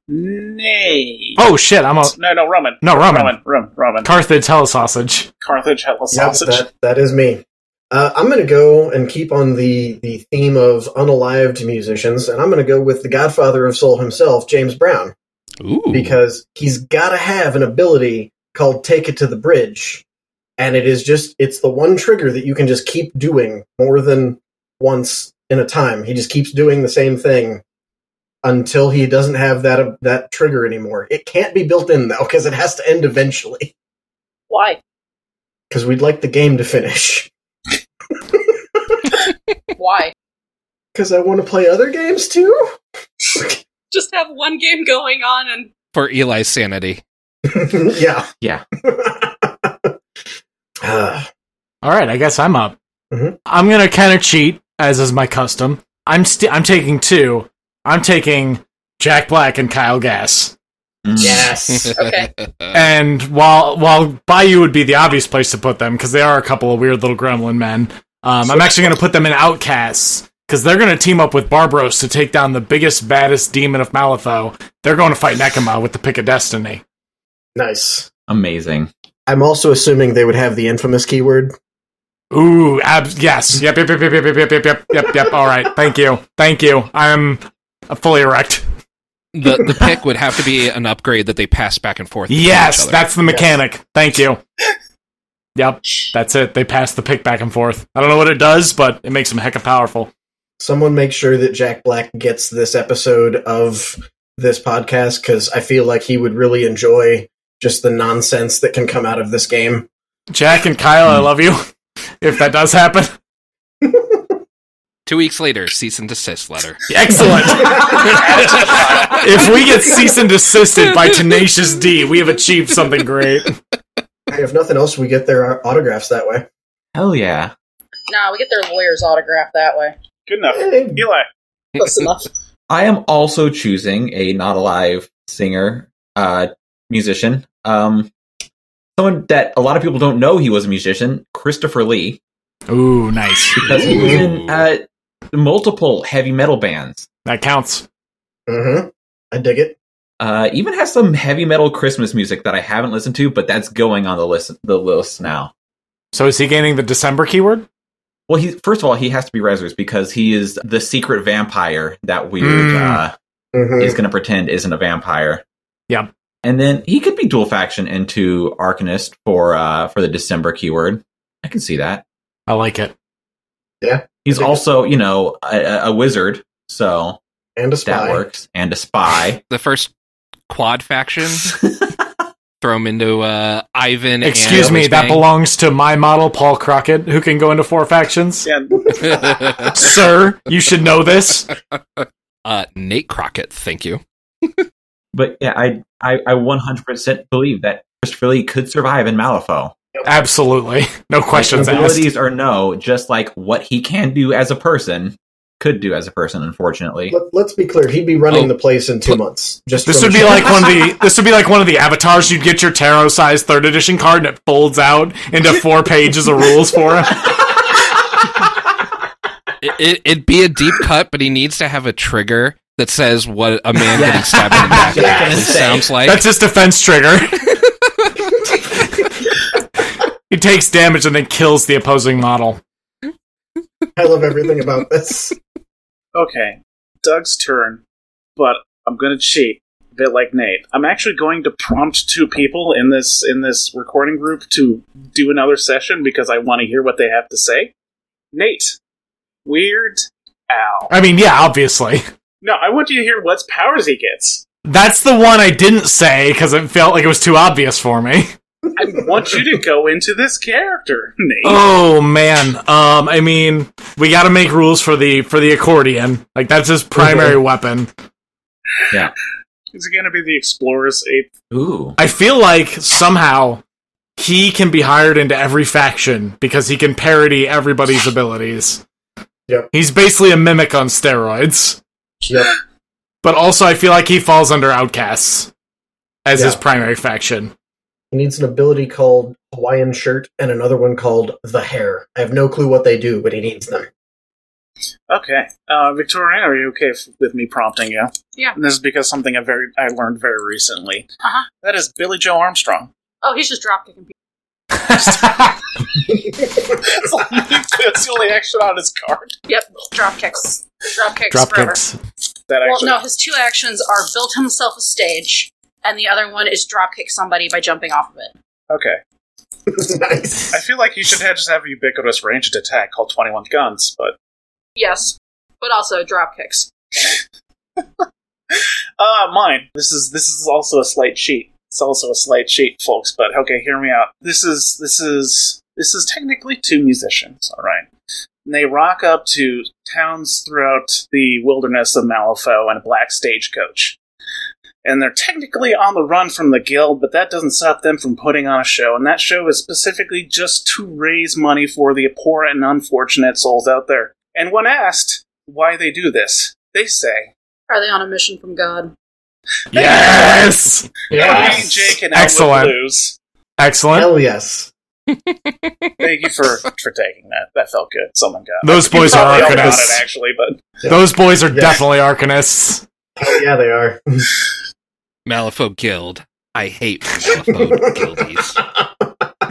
Speaker 2: Nay.
Speaker 3: Oh shit! I'm a
Speaker 2: no, no, Roman,
Speaker 3: no Roman.
Speaker 2: Roman, Roman, Roman.
Speaker 3: Carthage hella sausage.
Speaker 2: Carthage, hella
Speaker 1: Yep,
Speaker 2: sausage.
Speaker 1: that, that is me. Uh, I'm going to go and keep on the, the theme of unalived musicians, and I'm going to go with the godfather of soul himself, James Brown,
Speaker 5: Ooh.
Speaker 1: because he's got to have an ability called Take It to the Bridge. And it is just, it's the one trigger that you can just keep doing more than once in a time. He just keeps doing the same thing until he doesn't have that, that trigger anymore. It can't be built in, though, because it has to end eventually,
Speaker 4: Why?
Speaker 1: because we'd like the game to finish.
Speaker 4: Why?
Speaker 1: Because I want to play other games too?
Speaker 4: Just have one game going on and
Speaker 5: for Eli's sanity.
Speaker 1: yeah.
Speaker 6: Yeah.
Speaker 1: Ah,
Speaker 3: All right, I guess I'm up.
Speaker 1: Mhm.
Speaker 3: I'm gonna kind of cheat, as is my custom. I'm sti i I'm taking two. I'm taking Jack Black and Kyle Gass.
Speaker 6: Mm.
Speaker 1: yes.
Speaker 4: Okay.
Speaker 3: And while while Bayou would be the obvious place to put them because they are a couple of weird little gremlin men, um, I'm actually going to put them in Outcasts because they're going to team up with Barbaros to take down the biggest, baddest demon of Malifaux. They're going to fight Nekama with the Pick of Destiny.
Speaker 1: nice.
Speaker 6: Amazing.
Speaker 1: I'm also assuming they would have the infamous keyword.
Speaker 3: Ooh, ab- yes, yep, yep, yep, yep, yep, yep, yep, yep, yep, yep. All right, thank you, thank you. I'm fully erect.
Speaker 5: the the pick would have to be an upgrade that they pass back and forth. between each
Speaker 3: Yes,
Speaker 5: other.
Speaker 3: that's the mechanic. Thank you. Yep, that's it. They pass the pick back and forth. I don't know what it does, but it makes them hecka powerful.
Speaker 1: Someone make sure that Jack Black gets this episode of this podcast because I feel like he would really enjoy just the nonsense that can come out of this game.
Speaker 3: Jack and Kyle, I love you. If that does happen,
Speaker 5: two weeks later, cease and desist letter.
Speaker 3: excellent. if we get cease and desisted by Tenacious D, we have achieved something great.
Speaker 1: Hey, if nothing else, we get their autographs that way.
Speaker 6: Hell yeah.
Speaker 4: nah, we get their lawyer's autograph that way.
Speaker 2: Good enough.
Speaker 1: Hey,
Speaker 2: Eli,
Speaker 4: Close enough.
Speaker 6: I am also choosing a not alive singer, uh, musician. Um, someone that a lot of people don't know he was a musician, Christopher Lee,
Speaker 3: Ooh, nice.
Speaker 6: because he was in uh, multiple heavy metal bands.
Speaker 3: That counts.
Speaker 1: mhm. I dig it.
Speaker 6: Uh, even has some heavy metal Christmas music that I haven't listened to, but that's going on the list the list now.
Speaker 3: So is he gaining the December keyword?
Speaker 6: Well, he first of all he has to be Rezzers because he is the secret vampire that weird
Speaker 3: Mm.
Speaker 6: uh,
Speaker 1: Mhm.
Speaker 6: is going to pretend isn't a vampire.
Speaker 3: Yeah.
Speaker 6: And then he could be dual faction into Arcanist for uh for the December keyword. I can see that.
Speaker 3: I like it.
Speaker 6: He's
Speaker 1: Okay.
Speaker 6: also, you know, a, a- a wizard, so
Speaker 1: And a
Speaker 6: that
Speaker 1: spy.
Speaker 6: works. And a spy.
Speaker 5: The first quad faction. Throw him into uh, Ivan. and
Speaker 3: Excuse me,
Speaker 5: Witch
Speaker 3: that
Speaker 5: Bang.
Speaker 3: belongs to my model, Paul Crockett, who can go into four factions.
Speaker 2: yeah,
Speaker 3: Sir, you should know this.
Speaker 5: uh, Nate Crockett. Thank you.
Speaker 6: but yeah, I I I 100% believe that Christopher Lee could survive in Malifaux.
Speaker 3: Absolutely. No questions
Speaker 6: Like,
Speaker 3: asked.
Speaker 6: abilities or no, just like what he can do as a person could do as a person, unfortunately.
Speaker 1: Let, let's be clear. He'd be running
Speaker 5: Oh.
Speaker 1: the place in two months. Just
Speaker 3: This
Speaker 1: from
Speaker 3: would
Speaker 1: the
Speaker 3: be
Speaker 1: show.
Speaker 3: like one of the this would be like one of the avatars you'd get your tarot size third edition card and it folds out into four pages of rules for him.
Speaker 5: It, it, it'd be a deep cut, but he needs to have a trigger that says what a man
Speaker 6: Yeah.
Speaker 5: getting stabbed in the back
Speaker 6: Yeah, I was
Speaker 5: actually
Speaker 6: gonna say.
Speaker 5: sounds like.
Speaker 3: That's his defense trigger. he takes damage and then kills the opposing model.
Speaker 1: I love everything about this.
Speaker 2: Okay, Doug's turn, but I'm gonna cheat a bit like Nate. I'm actually going to prompt two people in this in this recording group to do another session because I want to hear what they have to say. Nate, Weird Al.
Speaker 3: I mean, yeah, obviously.
Speaker 2: No, I want you to hear what powers he gets.
Speaker 3: That's the one I didn't say because it felt like it was too obvious for me.
Speaker 2: I want you to go into this character, Nate.
Speaker 3: Oh man. Um I mean, we got to make rules for the for the accordion. Like that's his primary weapon.
Speaker 2: Is it gonna be the Explorer's Eighth?
Speaker 6: Ooh.
Speaker 3: I feel like somehow he can be hired into every faction because he can parody everybody's abilities.
Speaker 1: Yep.
Speaker 3: He's basically a mimic on steroids.
Speaker 1: Yep.
Speaker 3: But also I feel like he falls under outcasts as his
Speaker 1: Yeah.
Speaker 3: primary faction.
Speaker 1: He needs an ability called Hawaiian Shirt and another one called The Hair. I have no clue what they do, but he needs them.
Speaker 2: Okay, uh, Victoria, are you okay f- with me prompting you?
Speaker 4: Yeah.
Speaker 2: And this is because something I very I learned very recently.
Speaker 4: Uh-huh.
Speaker 2: That is Billy Joe Armstrong.
Speaker 4: Oh, he's just drop kicking people.
Speaker 2: That's the only action on his card.
Speaker 4: Yep, drop kicks. Drop kicks
Speaker 3: Drop
Speaker 4: forever.
Speaker 3: kicks.
Speaker 2: That
Speaker 4: Well,
Speaker 2: actually,
Speaker 4: no, his two actions are build himself a stage, and the other one is drop kick somebody by jumping off of it.
Speaker 2: okay.
Speaker 1: nice.
Speaker 2: I feel like he should have just have a ubiquitous ranged attack called Twenty One Guns, but
Speaker 4: Yes, but also drop kicks.
Speaker 2: uh, mine. This is this is also a slight cheat. It's also a slight cheat, folks. But okay, hear me out. This is this is this is technically two musicians. All right, and they rock up to towns throughout the wilderness of Malifaux and a black stagecoach. And they're technically on the run from the guild, but that doesn't stop them from putting on a show. And that show is specifically just to raise money for the poor and unfortunate souls out there. And when asked why they do this, they say,
Speaker 4: Are they on a mission from God?
Speaker 3: Yes.
Speaker 2: Yes. Jake and
Speaker 3: Excellent.
Speaker 2: Excellent. Lose.
Speaker 3: Excellent.
Speaker 1: Hell yes.
Speaker 2: Thank you for for taking that. That felt good. Someone got. it.
Speaker 3: Those
Speaker 2: You
Speaker 3: boys are
Speaker 2: probably all got
Speaker 3: arcanists.
Speaker 2: it actually, but
Speaker 3: Those boys are
Speaker 1: Yeah.
Speaker 3: definitely arcanists.
Speaker 1: Oh, yeah, they are.
Speaker 5: Malifaux Guild. I hate Malifaux Guildies.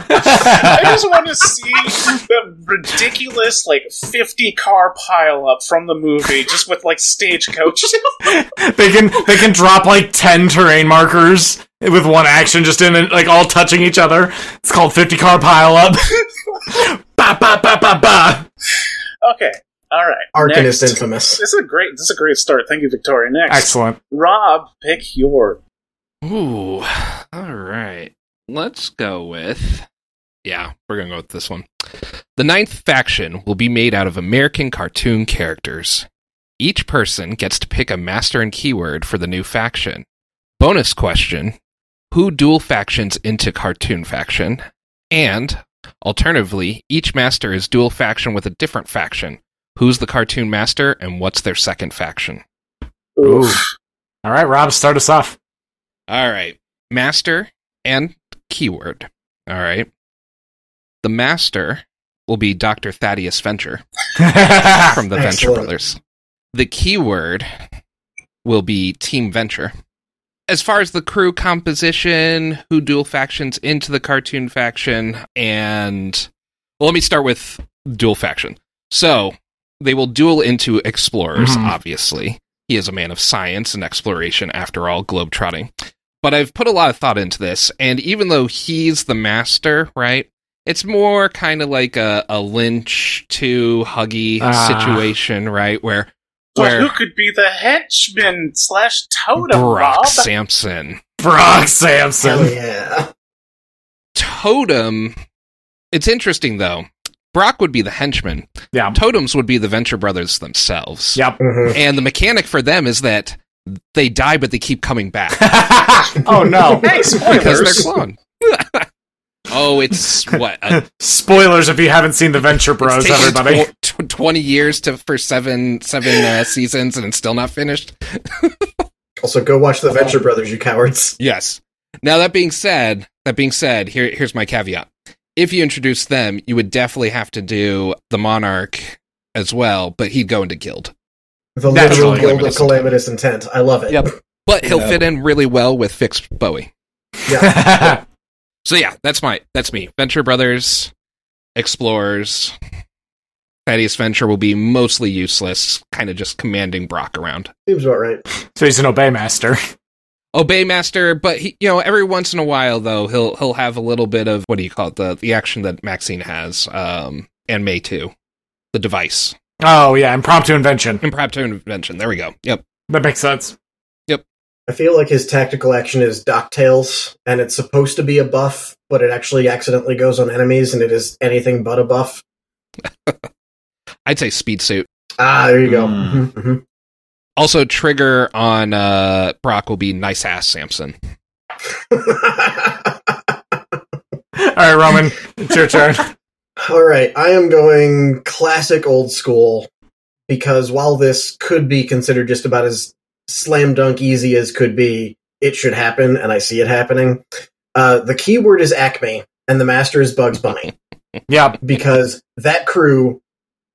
Speaker 2: I just want to see the ridiculous like fifty car pile up from the movie, just with like stagecoach.
Speaker 3: they can they can drop like ten terrain markers with one action, just in like all touching each other. It's called fifty car pile up. ba ba ba ba ba.
Speaker 2: okay, all right.
Speaker 1: Arcanist
Speaker 2: next.
Speaker 1: infamous.
Speaker 2: This is a great. This is a great start. Thank you, Victoria. Next,
Speaker 3: Excellent.
Speaker 2: Rob, pick your.
Speaker 5: Ooh. All right. Let's go with. Yeah, we're going to go with this one. The ninth faction will be made out of American cartoon characters. Each person gets to pick a master and keyword for the new faction. Bonus question Who dual factions into cartoon faction? And, alternatively, each master is dual faction with a different faction. Who's the cartoon master and what's their second faction?
Speaker 3: Ooh.
Speaker 2: Oof.
Speaker 3: All right, Rob, start us off.
Speaker 5: All right. Master and keyword. All right. The master will be Dr. Thaddeus Venture
Speaker 3: Ah,
Speaker 5: from the Venture
Speaker 1: Excellent.
Speaker 5: Brothers. The keyword will be Team Venture. As far as the crew composition, who dual factions into the cartoon faction, and well, let me start with dual faction. So they will duel into explorers,
Speaker 3: Mhm.
Speaker 5: obviously. He is a man of science and exploration, after all, globetrotting. But I've put a lot of thought into this, and even though he's the master, right? It's more kind of like a, a Lynch to Huggy
Speaker 3: Ah.
Speaker 5: situation, right? Where
Speaker 2: But
Speaker 5: where
Speaker 2: who could be the henchman slash totem, Rob?
Speaker 5: Brock Sampson.
Speaker 3: Brock
Speaker 1: Hell
Speaker 3: Sampson.
Speaker 1: yeah.
Speaker 5: Totem. It's interesting though. Brock would be the henchman.
Speaker 3: Yeah.
Speaker 5: Totems would be the Venture Brothers themselves.
Speaker 3: Yep.
Speaker 1: Mhm.
Speaker 5: And the mechanic for them is that they die, but they keep coming back
Speaker 3: oh no.
Speaker 2: Hey,
Speaker 5: because they're
Speaker 2: spoilers.
Speaker 5: clone. Oh, it's what a,
Speaker 3: Spoilers if you haven't seen the Venture Bros,
Speaker 5: it's taken
Speaker 3: everybody.
Speaker 5: tw- tw- twenty years to for seven seven uh, seasons and it's still not finished.
Speaker 1: Also, go watch the Venture Brothers, you cowards.
Speaker 5: Yes. Now that being said, that being said, here here's my caveat. If you introduce them, you would definitely have to do the Monarch as well, but he'd go into Guild.
Speaker 1: The literal
Speaker 3: Naturally.
Speaker 1: guild of calamitous intent. I love it.
Speaker 5: Yep. But he'll
Speaker 6: Yeah.
Speaker 5: fit in really well with fixed Bowie.
Speaker 3: yeah.
Speaker 5: So yeah, that's my that's me. Venture Brothers, Explorers. Thaddeus Venture will be mostly useless, kind of just commanding Brock around.
Speaker 1: Seems about right.
Speaker 3: So he's an obey master.
Speaker 5: Obey Master, but he, you know, every once in a while though, he'll he'll have a little bit of what do you call it the the action that Maxine has, um, and May too, the device,
Speaker 3: Oh yeah, impromptu invention.
Speaker 5: impromptu invention. There we go. Yep.
Speaker 3: That makes sense.
Speaker 1: I feel like his tactical action is dock tails, and it's supposed to be a buff, but it actually accidentally goes on enemies, and it is anything but a buff.
Speaker 5: I'd say speed suit.
Speaker 1: Ah, there you go.
Speaker 2: Hmm.
Speaker 6: Mm.
Speaker 1: Mhm, mhm.
Speaker 5: Also, trigger on uh, Brock will be nice ass Samson.
Speaker 1: Mm-hmm.
Speaker 3: All right, Roman, it's your turn.
Speaker 1: All right, I am going classic old school because while this could be considered just about as slam dunk easy as could be, it should happen, and I see it happening. Uh, the key word is Acme, and the master is Bugs Bunny.
Speaker 3: Yeah,
Speaker 1: because that crew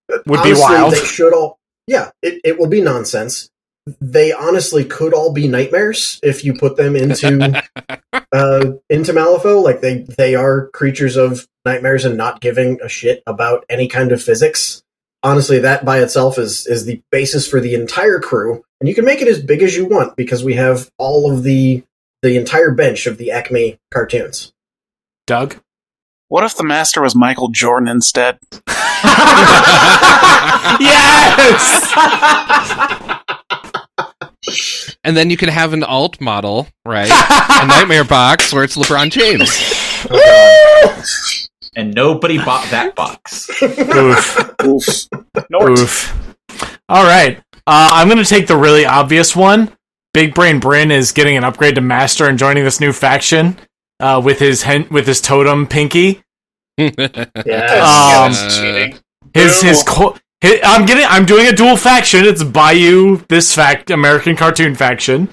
Speaker 3: Would be wild.
Speaker 1: They should all, yeah, it, it will be nonsense. They honestly could all be nightmares if you put them into uh, into Malifaux. Like they they are creatures of nightmares and not giving a shit about any kind of physics. Honestly, that by itself is is the basis for the entire crew, and you can make it as big as you want because we have all of the the entire bench of the Acme cartoons.
Speaker 3: Doug.
Speaker 2: What if the master was Michael Jordan instead?
Speaker 3: yes.
Speaker 5: And then you can have an alt model, right? a nightmare box where it's LeBron James.
Speaker 6: and nobody bought that box.
Speaker 3: Oof.
Speaker 2: Oof. Nort.
Speaker 3: Oof. All right. Uh, I'm going to take the really obvious one. Big Brain Bryn is getting an upgrade to Master and joining this new faction uh, with his hen- with his totem Pinky.
Speaker 1: Yeah.
Speaker 2: Yeah,
Speaker 3: Um,
Speaker 2: that's cheating.
Speaker 3: His his,
Speaker 2: Ew.
Speaker 3: co- hi I'm getting I'm doing a dual faction. It's Bayou this fact American cartoon faction.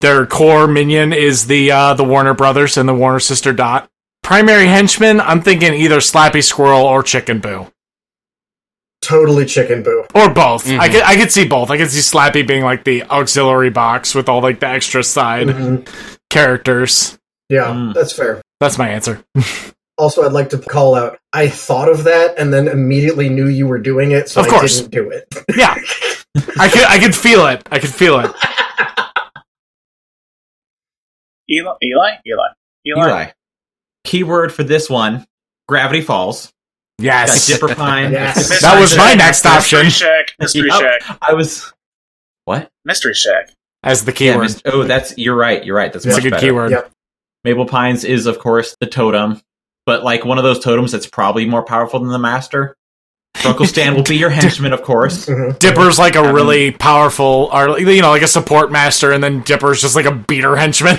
Speaker 3: Their core minion is the uh, the Warner brothers and the Warner sister Dot. Primary henchman, I'm thinking either Slappy Squirrel or Chicken Boo.
Speaker 1: totally chicken boo.
Speaker 3: or both. I
Speaker 5: Mhm.
Speaker 3: could I could see both. I could see Slappy being like the auxiliary box with all like the extra side
Speaker 1: Mhm.
Speaker 3: characters.
Speaker 1: Yeah,
Speaker 6: Mm.
Speaker 1: that's fair.
Speaker 3: That's my answer.
Speaker 1: Also, I'd like to call out. I thought of that and then immediately knew you were doing it, so
Speaker 3: Of
Speaker 1: I
Speaker 3: course.
Speaker 1: didn't do it.
Speaker 3: Yeah, I could I could feel it. I could feel it.
Speaker 2: Eli? Eli? Eli? Eli?
Speaker 6: Eli. Keyword for this one: Gravity Falls. Got
Speaker 3: Yes,
Speaker 6: Dipper Pine.
Speaker 1: Yes.
Speaker 3: that was my next
Speaker 2: Mystery
Speaker 3: option
Speaker 2: Shack. Mystery
Speaker 6: Yep.
Speaker 2: Shack.
Speaker 6: I was. What?
Speaker 2: Mystery Shack.
Speaker 3: as the
Speaker 6: Yeah,
Speaker 3: keyword.
Speaker 6: Mist- oh, that's you're right. You're right. That's
Speaker 3: It's
Speaker 6: much
Speaker 3: a good
Speaker 6: better.
Speaker 3: keyword.
Speaker 1: Yep.
Speaker 6: Mabel Pines is, of course, the totem, but like one of those totems that's probably more powerful than the master. Runkelstan will be your henchman, of course.
Speaker 1: Mhm.
Speaker 3: Dipper's like a really powerful, or like, you know, like a support master, and then Dipper's just like a beater henchman.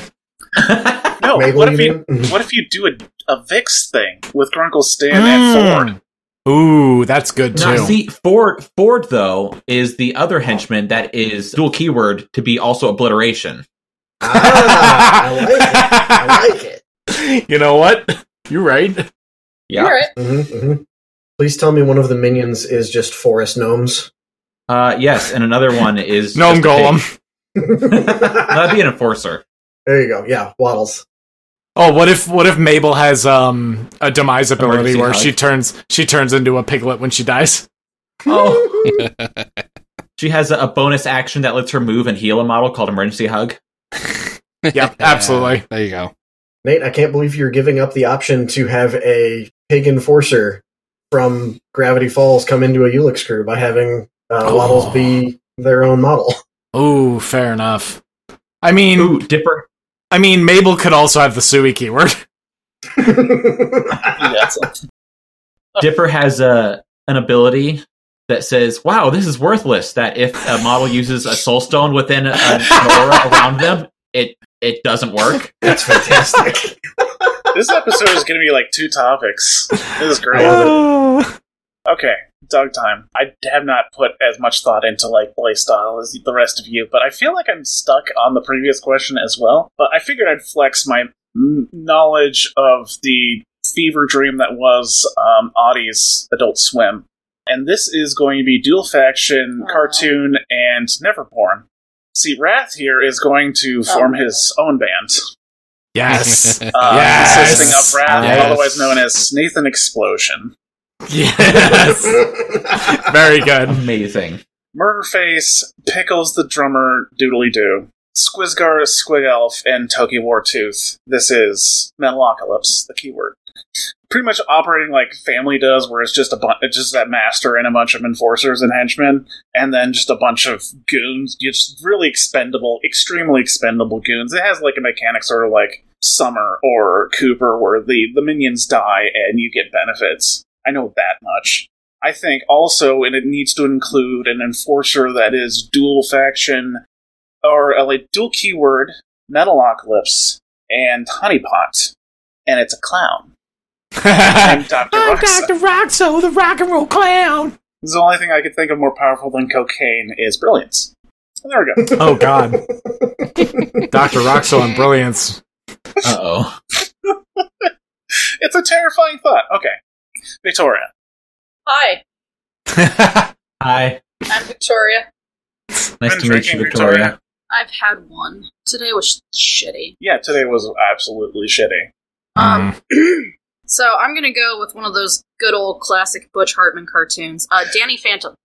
Speaker 3: Oh,
Speaker 2: No,
Speaker 1: Mabel,
Speaker 2: what if
Speaker 1: you
Speaker 2: you
Speaker 1: mean? Mm-hmm.
Speaker 2: what if you do a, a Vix thing with Grunkle Stan
Speaker 3: Hmm.
Speaker 2: and Ford?
Speaker 3: Ooh, that's good too.
Speaker 6: Hmm. Now, see, Ford, Ford though is the other henchman that is dual keyword to be also obliteration.
Speaker 1: ah, I like it. I like it.
Speaker 3: you know what? You're right.
Speaker 6: Yeah.
Speaker 4: All right.
Speaker 1: Mhm, mhm. Please tell me one of the minions is just forest gnomes.
Speaker 6: Uh, yes, and another one is
Speaker 3: Gnome
Speaker 6: just a pig.
Speaker 3: Golem.
Speaker 6: That'd
Speaker 1: there
Speaker 6: be an enforcer.
Speaker 1: you go. Yeah, waddles.
Speaker 3: Oh, what if what if Mabel has um a demise ability
Speaker 6: Emergency
Speaker 3: where
Speaker 6: hug.
Speaker 3: she turns she turns into a piglet when she dies?
Speaker 6: Oh, she has a, a bonus action that lets her move and heal a model called Emergency Hug.
Speaker 3: Yep, absolutely.
Speaker 5: There you go.
Speaker 1: Nate, I can't believe you're giving up the option to have a pig enforcer from Gravity Falls come into a Ulix crew by having uh,
Speaker 3: Oh.
Speaker 1: waddles be their own model.
Speaker 3: Ooh, fair enough. I mean,
Speaker 6: Ooh, Dipper.
Speaker 3: I mean, Mabel could also have the Sui keyword.
Speaker 2: That's
Speaker 6: Dipper has a an ability that says, "Wow, this is worthless." That if a model uses a soul stone within an aura around them, it it doesn't work.
Speaker 1: That's fantastic.
Speaker 2: This episode is going to be like two topics. This is great.
Speaker 3: Ah.
Speaker 2: Okay, dog time. I have not put as much thought into like play style as the rest of you, but I feel like I'm stuck on the previous question as well. But I figured I'd flex my mm, knowledge of the fever dream that was um, Audie's Adult Swim, and this is going to be dual faction,
Speaker 4: Aw.
Speaker 2: cartoon, and Neverborn. See, Wrath here is going to form his own band,
Speaker 3: yes.
Speaker 2: uh,
Speaker 3: Yes.
Speaker 2: consisting of Wrath,
Speaker 3: Yes.
Speaker 2: otherwise known as Snathan Explosion.
Speaker 3: yes. Very good.
Speaker 6: Amazing.
Speaker 2: Murderface, Pickles the drummer, Doodly Doo, Squizgar, Squig Elf, and Toki Wartooth. This is Metalocalypse, the keyword. Pretty much operating like Family does, where it's just a bunch, it's just that master and a bunch of enforcers and henchmen, and then just a bunch of goons. Just really expendable, extremely expendable goons. It has like a mechanic sort of like Summer or Cooper, where the the minions die and you get benefits. I know that much. I think also, and it needs to include an enforcer that is dual faction, or uh, like dual keyword, Metalocalypse, and Honeypot, and it's a clown. I'm Dr.
Speaker 4: Oh,
Speaker 2: Roxanne.
Speaker 3: Roxo, the rock and roll clown.
Speaker 2: This is the only thing I could think of more powerful than cocaine is brilliance. And there we go.
Speaker 3: Oh God, Dr. Roxo on brilliance.
Speaker 6: Uh oh.
Speaker 2: it's a terrifying thought. Okay. Victoria.
Speaker 4: Hi,
Speaker 6: Hi.
Speaker 4: I'm Victoria.
Speaker 6: Nice
Speaker 2: Been
Speaker 6: to meet
Speaker 2: drinking,
Speaker 6: you, Victoria.
Speaker 4: I've had one. Today was sh- shitty.
Speaker 2: Yeah, today was absolutely shitty.
Speaker 3: Hmm.
Speaker 4: Um,
Speaker 3: Mm.
Speaker 4: so I'm gonna go with one of those good old classic Butch Hartman cartoons. Uh, Danny Phantom.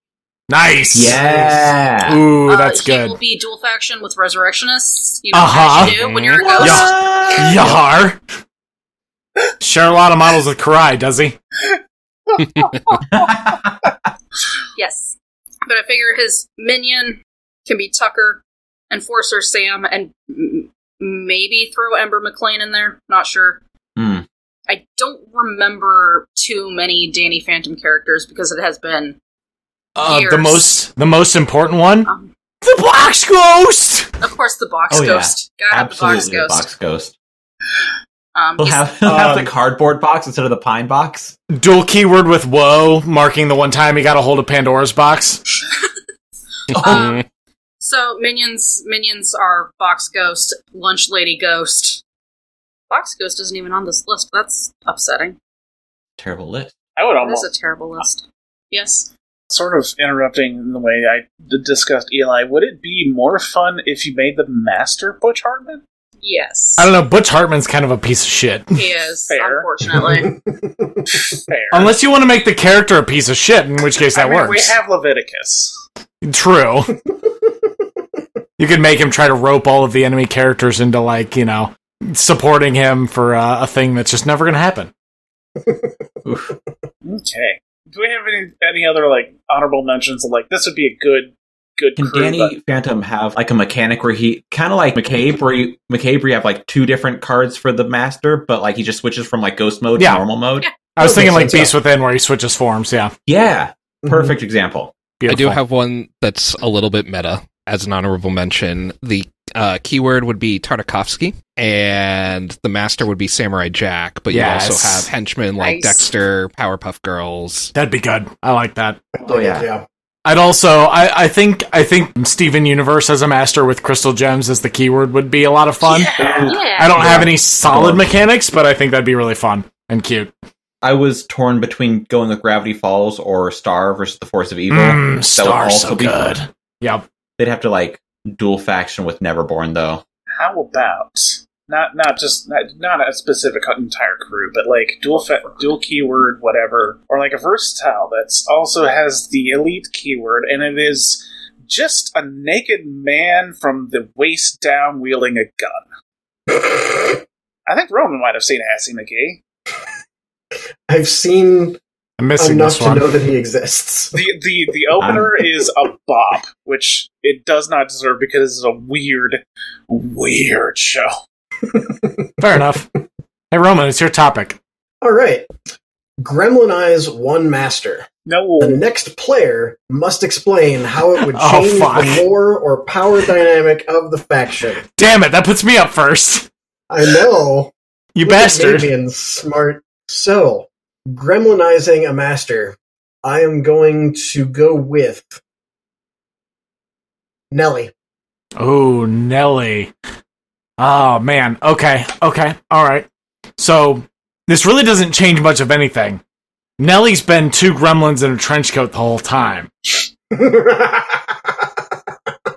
Speaker 3: nice.
Speaker 6: Yeah.
Speaker 3: Ooh,
Speaker 4: Uh,
Speaker 3: that's
Speaker 4: He
Speaker 3: good.
Speaker 4: will be dual faction with resurrectionists. You know
Speaker 3: Uh-huh.
Speaker 4: as you do when you're a ghost.
Speaker 3: Yar. Share a lot of models with Karai, does he?
Speaker 4: Yes, but I figure his minion can be Tucker, Enforcer Sam, and m- m- maybe throw Ember McLean in there. Not sure.
Speaker 6: Hmm.
Speaker 4: I don't remember too many Danny Phantom characters because it has been
Speaker 3: Uh, the
Speaker 4: Years.
Speaker 3: most, the most important one.
Speaker 4: Um.
Speaker 3: the Box Ghost.
Speaker 4: Of course, the box
Speaker 6: Oh, yeah.
Speaker 4: ghost. Gotta have the box
Speaker 6: Absolutely, the
Speaker 4: ghost.
Speaker 6: box ghost.
Speaker 4: Um,
Speaker 6: We'll
Speaker 4: he's-
Speaker 6: have, we'll have
Speaker 3: Um,
Speaker 6: the cardboard box instead of the pine box.
Speaker 3: Dual keyword with "whoa," marking the one time he got a hold of Pandora's box.
Speaker 4: um, so minions, minions are box ghost, lunch lady ghost. Box ghost isn't even on this list. That's upsetting.
Speaker 6: Terrible list.
Speaker 2: I would
Speaker 4: That is
Speaker 2: almost
Speaker 4: a terrible list. Yes.
Speaker 2: sort of interrupting the way I d- discussed Eli. Would it be more fun if you made the master Butch Hartman?
Speaker 4: Yes.
Speaker 3: I don't know. Butch Hartman's kind of a piece of shit.
Speaker 4: He is
Speaker 2: Fair.
Speaker 4: unfortunately.
Speaker 2: Fair.
Speaker 3: Unless you want to make the character a piece of shit, in which case that
Speaker 2: I mean,
Speaker 3: works.
Speaker 2: We have Leviticus.
Speaker 3: True. you could make him try to rope all of the enemy characters into like you know supporting him for uh, a thing that's just never going to happen.
Speaker 2: Okay. Do we have any any other like honorable mentions? Of, like this would be a good good
Speaker 6: Can
Speaker 2: crew.
Speaker 6: Danny
Speaker 2: but-
Speaker 6: Phantom have like a mechanic where he kind of like McCabe, where you, McCabe, where you have like two different cards for the master, but like he just switches from like ghost mode
Speaker 3: Yeah.
Speaker 6: to normal mode?
Speaker 4: Yeah.
Speaker 3: I was
Speaker 1: Okay,
Speaker 3: thinking
Speaker 1: so
Speaker 3: like
Speaker 1: it's up.
Speaker 3: Beast Within, where he switches forms. Yeah,
Speaker 6: Yeah,
Speaker 3: Mm-hmm.
Speaker 6: perfect example.
Speaker 5: I do
Speaker 3: Beautiful.
Speaker 5: have one that's a little bit meta as an honorable mention. The uh, keyword would be Tartakovsky, and the master would be Samurai Jack, but you
Speaker 3: Yes.
Speaker 5: also have henchmen like
Speaker 4: Nice.
Speaker 5: Dexter, Powerpuff Girls.
Speaker 3: that'd be good. I like that.
Speaker 6: Oh, yeah.
Speaker 3: I'd also I, I think I think Steven Universe as a master with crystal gems as the keyword would be a lot of fun.
Speaker 4: yeah.
Speaker 3: I don't have
Speaker 6: Yeah.
Speaker 3: any solid
Speaker 6: Sure.
Speaker 3: mechanics, but I think that'd be really fun and cute.
Speaker 6: I was torn between going with Gravity Falls or Star versus the Force of Evil. That
Speaker 3: Mm,
Speaker 6: would
Speaker 3: star
Speaker 6: also
Speaker 3: so
Speaker 6: be fun.
Speaker 3: good. Yep.
Speaker 6: They'd have to like dual faction with Neverborn though.
Speaker 2: How about not not just not, not a specific entire crew, but like dual fa- dual keyword whatever, or like a versatile that's also has the elite keyword, and it is just a naked man from the waist down wielding a gun. I think Roman might have seen Assy McGee.
Speaker 1: I've seen
Speaker 3: I'm missing
Speaker 1: enough
Speaker 3: this
Speaker 1: to know
Speaker 3: one.
Speaker 1: that he exists.
Speaker 2: the the the opener is a bop, which it does not deserve because it's a weird, weird show.
Speaker 3: Fair enough. Hey Roman, it's your topic.
Speaker 1: All right. Gremlinize one master.
Speaker 2: No,
Speaker 1: The next player must explain how it would
Speaker 3: Oh,
Speaker 1: change
Speaker 3: fuck.
Speaker 1: the lore or power dynamic of the faction.
Speaker 3: Damn it, that puts me up first.
Speaker 1: I know.
Speaker 3: You
Speaker 1: Look at
Speaker 3: bastard.
Speaker 1: Damien's smart soul. Gremlinizing a master. I am going to go with Nelly.
Speaker 3: Oh, Nelly. Oh, man. Okay. Okay. All right. So, this really doesn't change much of anything. Nelly's been two gremlins in a trench coat the whole time.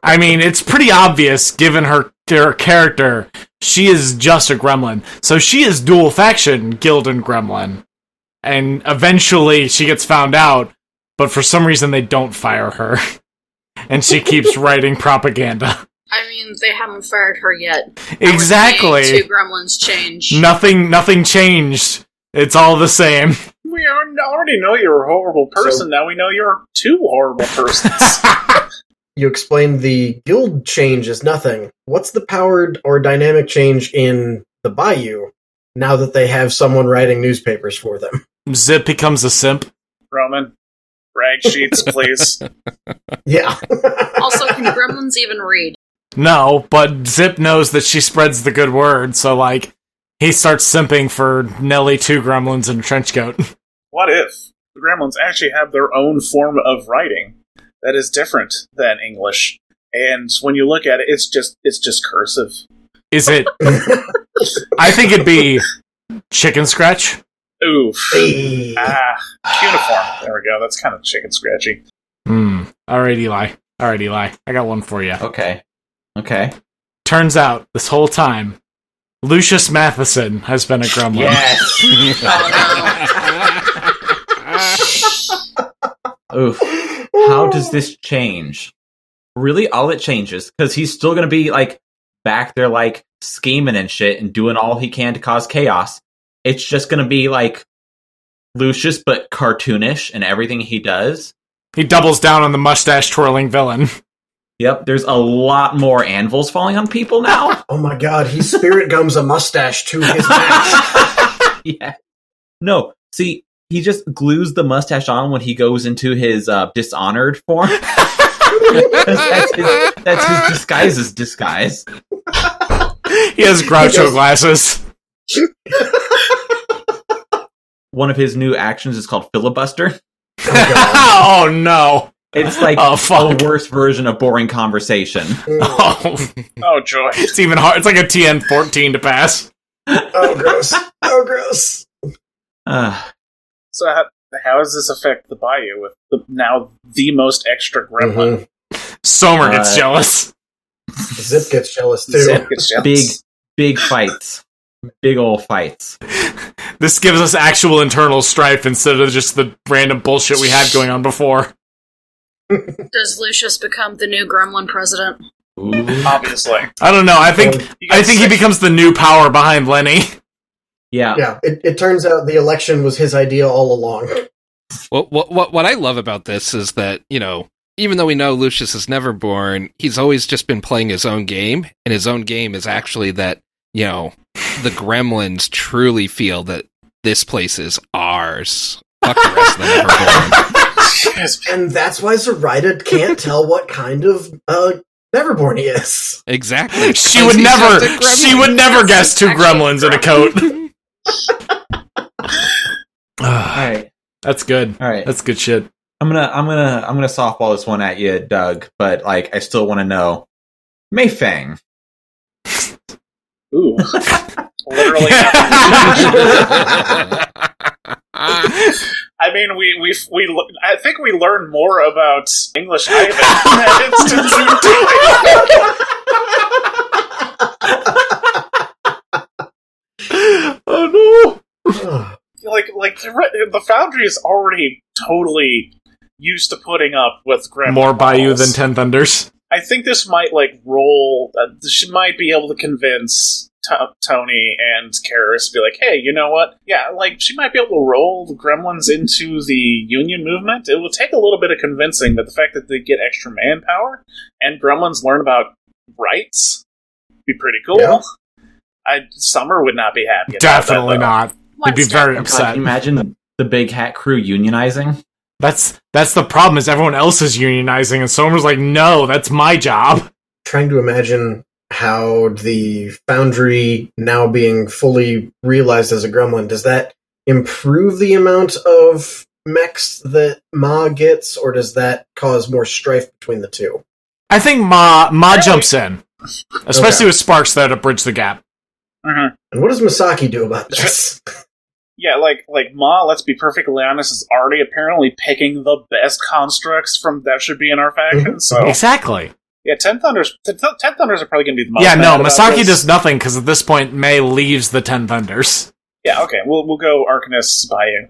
Speaker 3: I mean, it's pretty obvious given her, her character. She is just a gremlin. So, she is dual faction, guild and gremlin. And eventually she gets found out, but for some reason they don't fire her. And she keeps writing propaganda.
Speaker 4: I mean, they haven't fired her yet. I would say
Speaker 3: Exactly.
Speaker 4: Two gremlins change.
Speaker 3: Nothing nothing changed. It's all the same.
Speaker 2: We are- already know you're a horrible person. now we know you're two horrible persons.
Speaker 1: you explained the guild change is nothing. What's the powered or dynamic change in the Bayou now that they have someone writing newspapers for them?
Speaker 3: Zip becomes a simp.
Speaker 2: Roman, rag sheets, please.
Speaker 1: Yeah.
Speaker 4: also, can gremlins even read?
Speaker 3: No, but Zip knows that she spreads the good word, so like he starts simping for Nelly two gremlins in a trench coat.
Speaker 2: What if the gremlins actually have their own form of writing that is different than English? And when you look at it, it's just it's just cursive.
Speaker 3: Is it I think it'd be chicken scratch.
Speaker 2: Oof.
Speaker 1: Hey.
Speaker 2: Ah, cuneiform. There we go. That's kind of chicken scratchy.
Speaker 3: Hmm. Alright, Eli. Alright, Eli. I got one for you.
Speaker 6: Okay. Okay.
Speaker 3: Turns out this whole time Lucius Matheson has been a gremlin.
Speaker 6: Yes. Oof. How does this change? Really, all it changes because he's still going to be like back there, like scheming and shit and doing all he can to cause chaos. It's just going to be like Lucius, but cartoonish in everything he does.
Speaker 3: He doubles down on the mustache twirling villain.
Speaker 6: Yep, there's a lot more anvils falling on people now.
Speaker 1: Oh my god, he spirit gums a mustache to his mask.
Speaker 6: yeah. No, see, he just glues the mustache on when he goes into his uh, dishonored form. that's, that's his, that's his disguise's disguise.
Speaker 3: He has
Speaker 1: He
Speaker 3: Groucho
Speaker 1: does.
Speaker 3: glasses.
Speaker 6: One of his new actions is called filibuster.
Speaker 3: oh no!
Speaker 6: It's like
Speaker 3: Oh
Speaker 6: a
Speaker 3: fuck!
Speaker 6: worse version of boring conversation.
Speaker 3: Oh,
Speaker 2: Oh joy.
Speaker 3: it's even hard. It's like a TN fourteen to pass.
Speaker 1: oh gross. Oh gross.
Speaker 6: Uh,
Speaker 2: So how, how does this affect the Bayou with the, now the most extra gremlin?
Speaker 1: Mhm.
Speaker 3: Somer gets
Speaker 6: Uh,
Speaker 3: jealous.
Speaker 1: Zip gets jealous
Speaker 3: Mm-hmm.
Speaker 1: too.
Speaker 2: Zip gets jealous.
Speaker 6: big, big fights, big old fights.
Speaker 3: This gives us actual internal strife instead of just the random bullshit we had going on before.
Speaker 4: Does Lucius become the new gremlin president?
Speaker 6: Ooh.
Speaker 2: Obviously,
Speaker 3: I don't know. I think
Speaker 1: Um,
Speaker 2: You
Speaker 3: I
Speaker 2: guys
Speaker 3: think he
Speaker 2: say-
Speaker 3: becomes the new power behind Lenny.
Speaker 6: Yeah,
Speaker 1: yeah, it, it turns out the election was his idea all along.
Speaker 5: What, what what what I love about this is that you know, even though we know Lucius is never born, he's always just been playing his own game, and his own game is actually that you know, the Gremlins truly feel that this place is ours. Fuck the rest of the never
Speaker 2: Yes,
Speaker 1: And that's why Zoraida can't tell what kind of uh, Neverborn he is.
Speaker 5: Exactly.
Speaker 3: She would never. She would never guess two
Speaker 4: Actual
Speaker 3: gremlins in a coat. Ah,
Speaker 6: All right,
Speaker 3: That's good.
Speaker 6: all right.
Speaker 3: That's good shit.
Speaker 6: I'm gonna, I'm gonna, I'm gonna softball this one at you, Doug. But like, I still want to know, Mayfang.
Speaker 2: Ooh, literally. I mean, we we we. l- I think we learn more about English Ivan in that instance. than we did.
Speaker 3: oh no!
Speaker 1: Ugh.
Speaker 2: like like the re- the Foundry is already totally used to putting up with gremlin
Speaker 3: More Bayou
Speaker 2: models.
Speaker 3: than Ten Thunders.
Speaker 2: I think this might like roll. Uh, she might be able to convince To- Tony and Karis to be like, "Hey, you know what? Yeah, like she might be able to roll the Gremlins into the Union movement. It will take a little bit of convincing, but the fact that they get extra manpower and Gremlins learn about rights be pretty cool.
Speaker 1: Yeah.
Speaker 2: I Summer would not be happy. about that,
Speaker 3: Definitely
Speaker 2: though.
Speaker 3: not.
Speaker 4: One
Speaker 3: They'd be
Speaker 4: step.
Speaker 3: very
Speaker 6: Like,
Speaker 3: upset.
Speaker 6: imagine the big hat crew unionizing.
Speaker 3: That's that's the problem. Is everyone else is unionizing, and Somer's like, "No, that's my job."
Speaker 1: Trying to imagine how the foundry now being fully realized as a gremlin does that improve the amount of mechs that Ma gets, or does that cause more strife between the two?
Speaker 3: I think Ma Ma jumps in, especially with Sparks there to bridge the gap.
Speaker 2: Mhm.
Speaker 1: And what does Masaki do about this?
Speaker 2: Yeah, like like Ma. Let's be perfectly honest. Is already apparently picking the best constructs from that should be in our
Speaker 3: Mm-hmm.
Speaker 2: faction. So
Speaker 3: Exactly.
Speaker 2: yeah, ten thunders. Ten, ten thunders are probably going to be the most.
Speaker 3: yeah, no,
Speaker 2: mad about
Speaker 3: Masaki
Speaker 2: this.
Speaker 3: does nothing because at this point May leaves the Ten Thunders.
Speaker 2: Yeah, okay. We'll we'll go Arcanist's Bayou.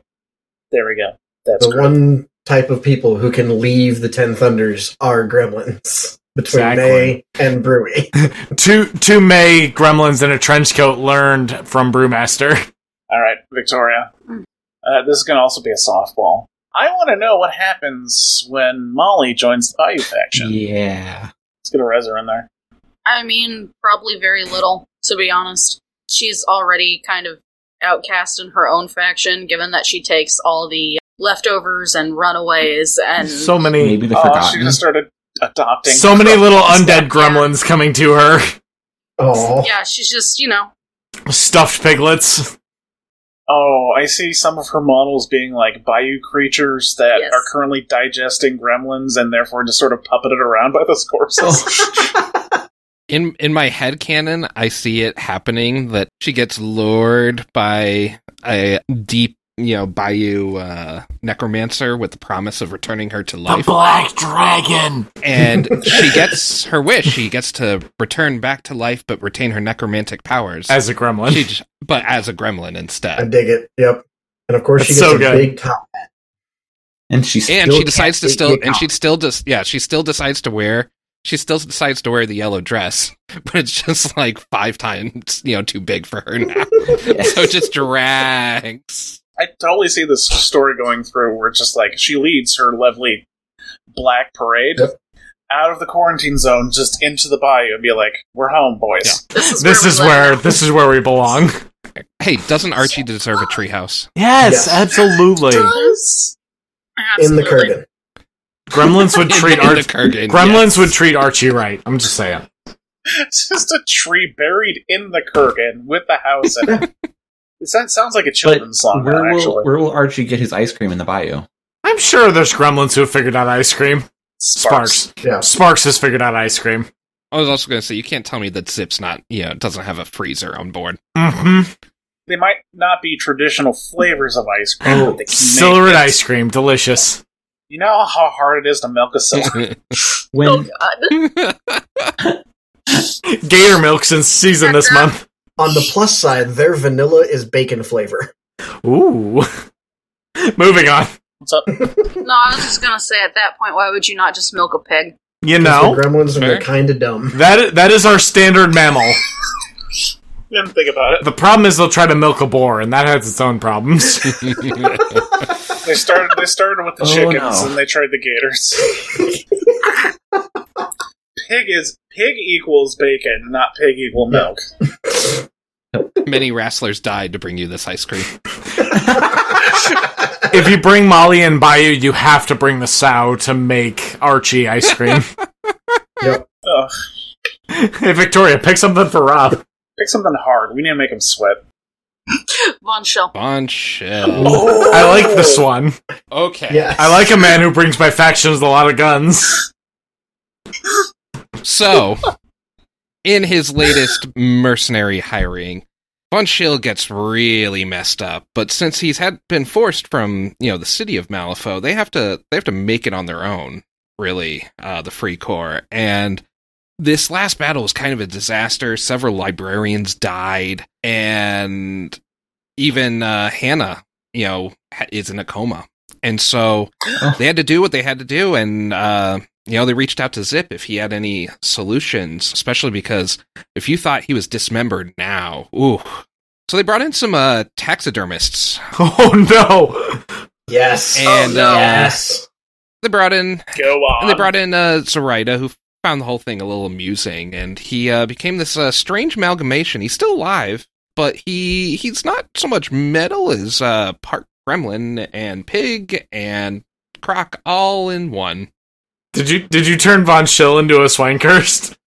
Speaker 2: There we go. That's
Speaker 1: the
Speaker 2: great.
Speaker 1: one type of people who can leave the Ten Thunders are gremlins between
Speaker 3: Exactly.
Speaker 1: May and Brewy.
Speaker 3: Two two May gremlins in a trench coat learned from Brewmaster.
Speaker 2: All right, Victoria. Uh, this is going to also be a softball. I want to know what happens when Molly joins the Bayou faction.
Speaker 6: Yeah.
Speaker 2: Let's get a Rezzer in there.
Speaker 4: I mean, probably very little, to be honest. She's already kind of outcast in her own faction, given that she takes all the leftovers and runaways and
Speaker 3: So many,
Speaker 6: Maybe the
Speaker 2: Oh, she
Speaker 6: forgotten.
Speaker 2: just started adopting.
Speaker 3: so many little undead
Speaker 2: stuff.
Speaker 3: gremlins coming to her,
Speaker 1: Oh,
Speaker 4: yeah, she's just you know
Speaker 3: stuffed piglets.
Speaker 2: Oh, I see some of her models being like Bayou creatures that
Speaker 4: Yes.
Speaker 2: are currently digesting gremlins and therefore just sort of puppeted around by the Scorsese.
Speaker 3: Oh.
Speaker 5: in in my head canon, I see it happening that she gets lured by a deep, you know, bayou uh, necromancer with the promise of returning her to life,
Speaker 3: black dragon.
Speaker 5: and she gets her wish. She gets to return back to life, but retain her necromantic powers.
Speaker 3: As a gremlin.
Speaker 5: She j- but as a gremlin
Speaker 1: I
Speaker 5: instead,
Speaker 1: dig it. Yep. And of course, she
Speaker 3: That's
Speaker 1: gets
Speaker 3: so
Speaker 1: a
Speaker 3: good.
Speaker 1: big top.
Speaker 6: and she's
Speaker 5: and
Speaker 1: still
Speaker 5: she decides to
Speaker 1: can't
Speaker 5: still,
Speaker 1: take it
Speaker 5: and she still just, yeah, she still decides to wear. She still decides to wear the yellow dress, but it's just like five times, you know, too big for her now. so it just drags.
Speaker 2: I totally see this story going through where it's just like she leads her lovely black parade
Speaker 1: Yep.
Speaker 2: out of the quarantine zone just into the bayou and be like, We're home, boys.
Speaker 4: this is
Speaker 3: this
Speaker 4: where we
Speaker 3: is
Speaker 4: live.
Speaker 3: where this is where we belong.
Speaker 5: Hey, doesn't Archie deserve a treehouse?
Speaker 1: Yes, Yes.
Speaker 3: absolutely.
Speaker 4: Does-
Speaker 1: in the
Speaker 4: Absolutely.
Speaker 1: curtain.
Speaker 3: Gremlins would treat
Speaker 5: In the
Speaker 3: Archie.
Speaker 5: Kurgan,
Speaker 3: Gremlins
Speaker 5: yes.
Speaker 3: would treat Archie right. I'm just saying.
Speaker 2: just a tree buried in the Kurgan with the house in it. This- that sounds like a
Speaker 6: But
Speaker 2: children's song,
Speaker 6: where
Speaker 2: now,
Speaker 6: will
Speaker 2: actually.
Speaker 6: where will Archie get his ice cream in the bayou?
Speaker 3: I'm sure there's gremlins who have figured out ice cream. Sparks.
Speaker 1: Yeah.
Speaker 3: Sparks has figured out ice cream.
Speaker 5: I was also going to say you can't tell me that Zip's not, you know, doesn't have a freezer on board.
Speaker 3: Mm-hmm.
Speaker 2: They might not be traditional flavors of ice cream, but they can make
Speaker 3: Silvered
Speaker 2: it.
Speaker 3: ice cream, delicious.
Speaker 2: You know how hard it is to milk a silver.
Speaker 6: When
Speaker 4: Oh god.
Speaker 3: Gator milks in season this month.
Speaker 1: On the plus side, their vanilla is bacon flavor.
Speaker 3: Ooh. Moving on.
Speaker 2: What's up?
Speaker 4: No, I was just gonna say at that point, why would you not just milk a pig?
Speaker 3: You
Speaker 1: 'Cause
Speaker 3: know
Speaker 1: the gremlins are
Speaker 5: Fair.
Speaker 1: kind of dumb.
Speaker 3: that that is our standard mammal.
Speaker 2: Didn't think about it.
Speaker 3: The problem is they'll try to milk a boar, and that has its own problems.
Speaker 2: They started. They started with the
Speaker 6: Oh,
Speaker 2: chickens,
Speaker 6: no.
Speaker 2: and they tried the gators. pig is pig equals bacon, not pig equal milk.
Speaker 5: Many wrestlers died to bring you this ice cream.
Speaker 3: if you bring Molly and Bayou, you have to bring the sow to make Archie ice cream.
Speaker 2: Ugh.
Speaker 3: hey, Victoria, pick something for Rob.
Speaker 2: Pick something hard. We need to make him sweat.
Speaker 4: Von Schill.
Speaker 5: Fun shit.
Speaker 1: Oh.
Speaker 3: I like this one.
Speaker 5: Okay.
Speaker 1: Yes.
Speaker 3: I like a man who brings my factions a lot of guns.
Speaker 5: So, in his latest mercenary hiring, Von Schill gets really messed up. But since he's had been forced from you know the city of Malifaux, they have to they have to make it on their own. Really, uh, the Free Corps and this last battle was kind of a disaster. Several librarians died, and even uh, Hannah, you know, ha- is in a coma. And so they had to do what they had to do, and uh, you know, they reached out to Zip if he had any solutions, especially because if you thought he was dismembered now, ooh. So they brought in some uh, taxidermists,
Speaker 3: Oh no!
Speaker 1: Yes. Oh,
Speaker 5: and
Speaker 4: no.
Speaker 5: uh,
Speaker 1: yes.
Speaker 5: they brought in
Speaker 2: Go on.
Speaker 5: and they brought in uh, Zoraida, who found the whole thing a little amusing, and he uh, became this uh, strange amalgamation. He's still alive, but he he's not so much metal as uh, part gremlin and pig and croc all in one.
Speaker 3: Did you did you turn Von Schill into a swankhurst?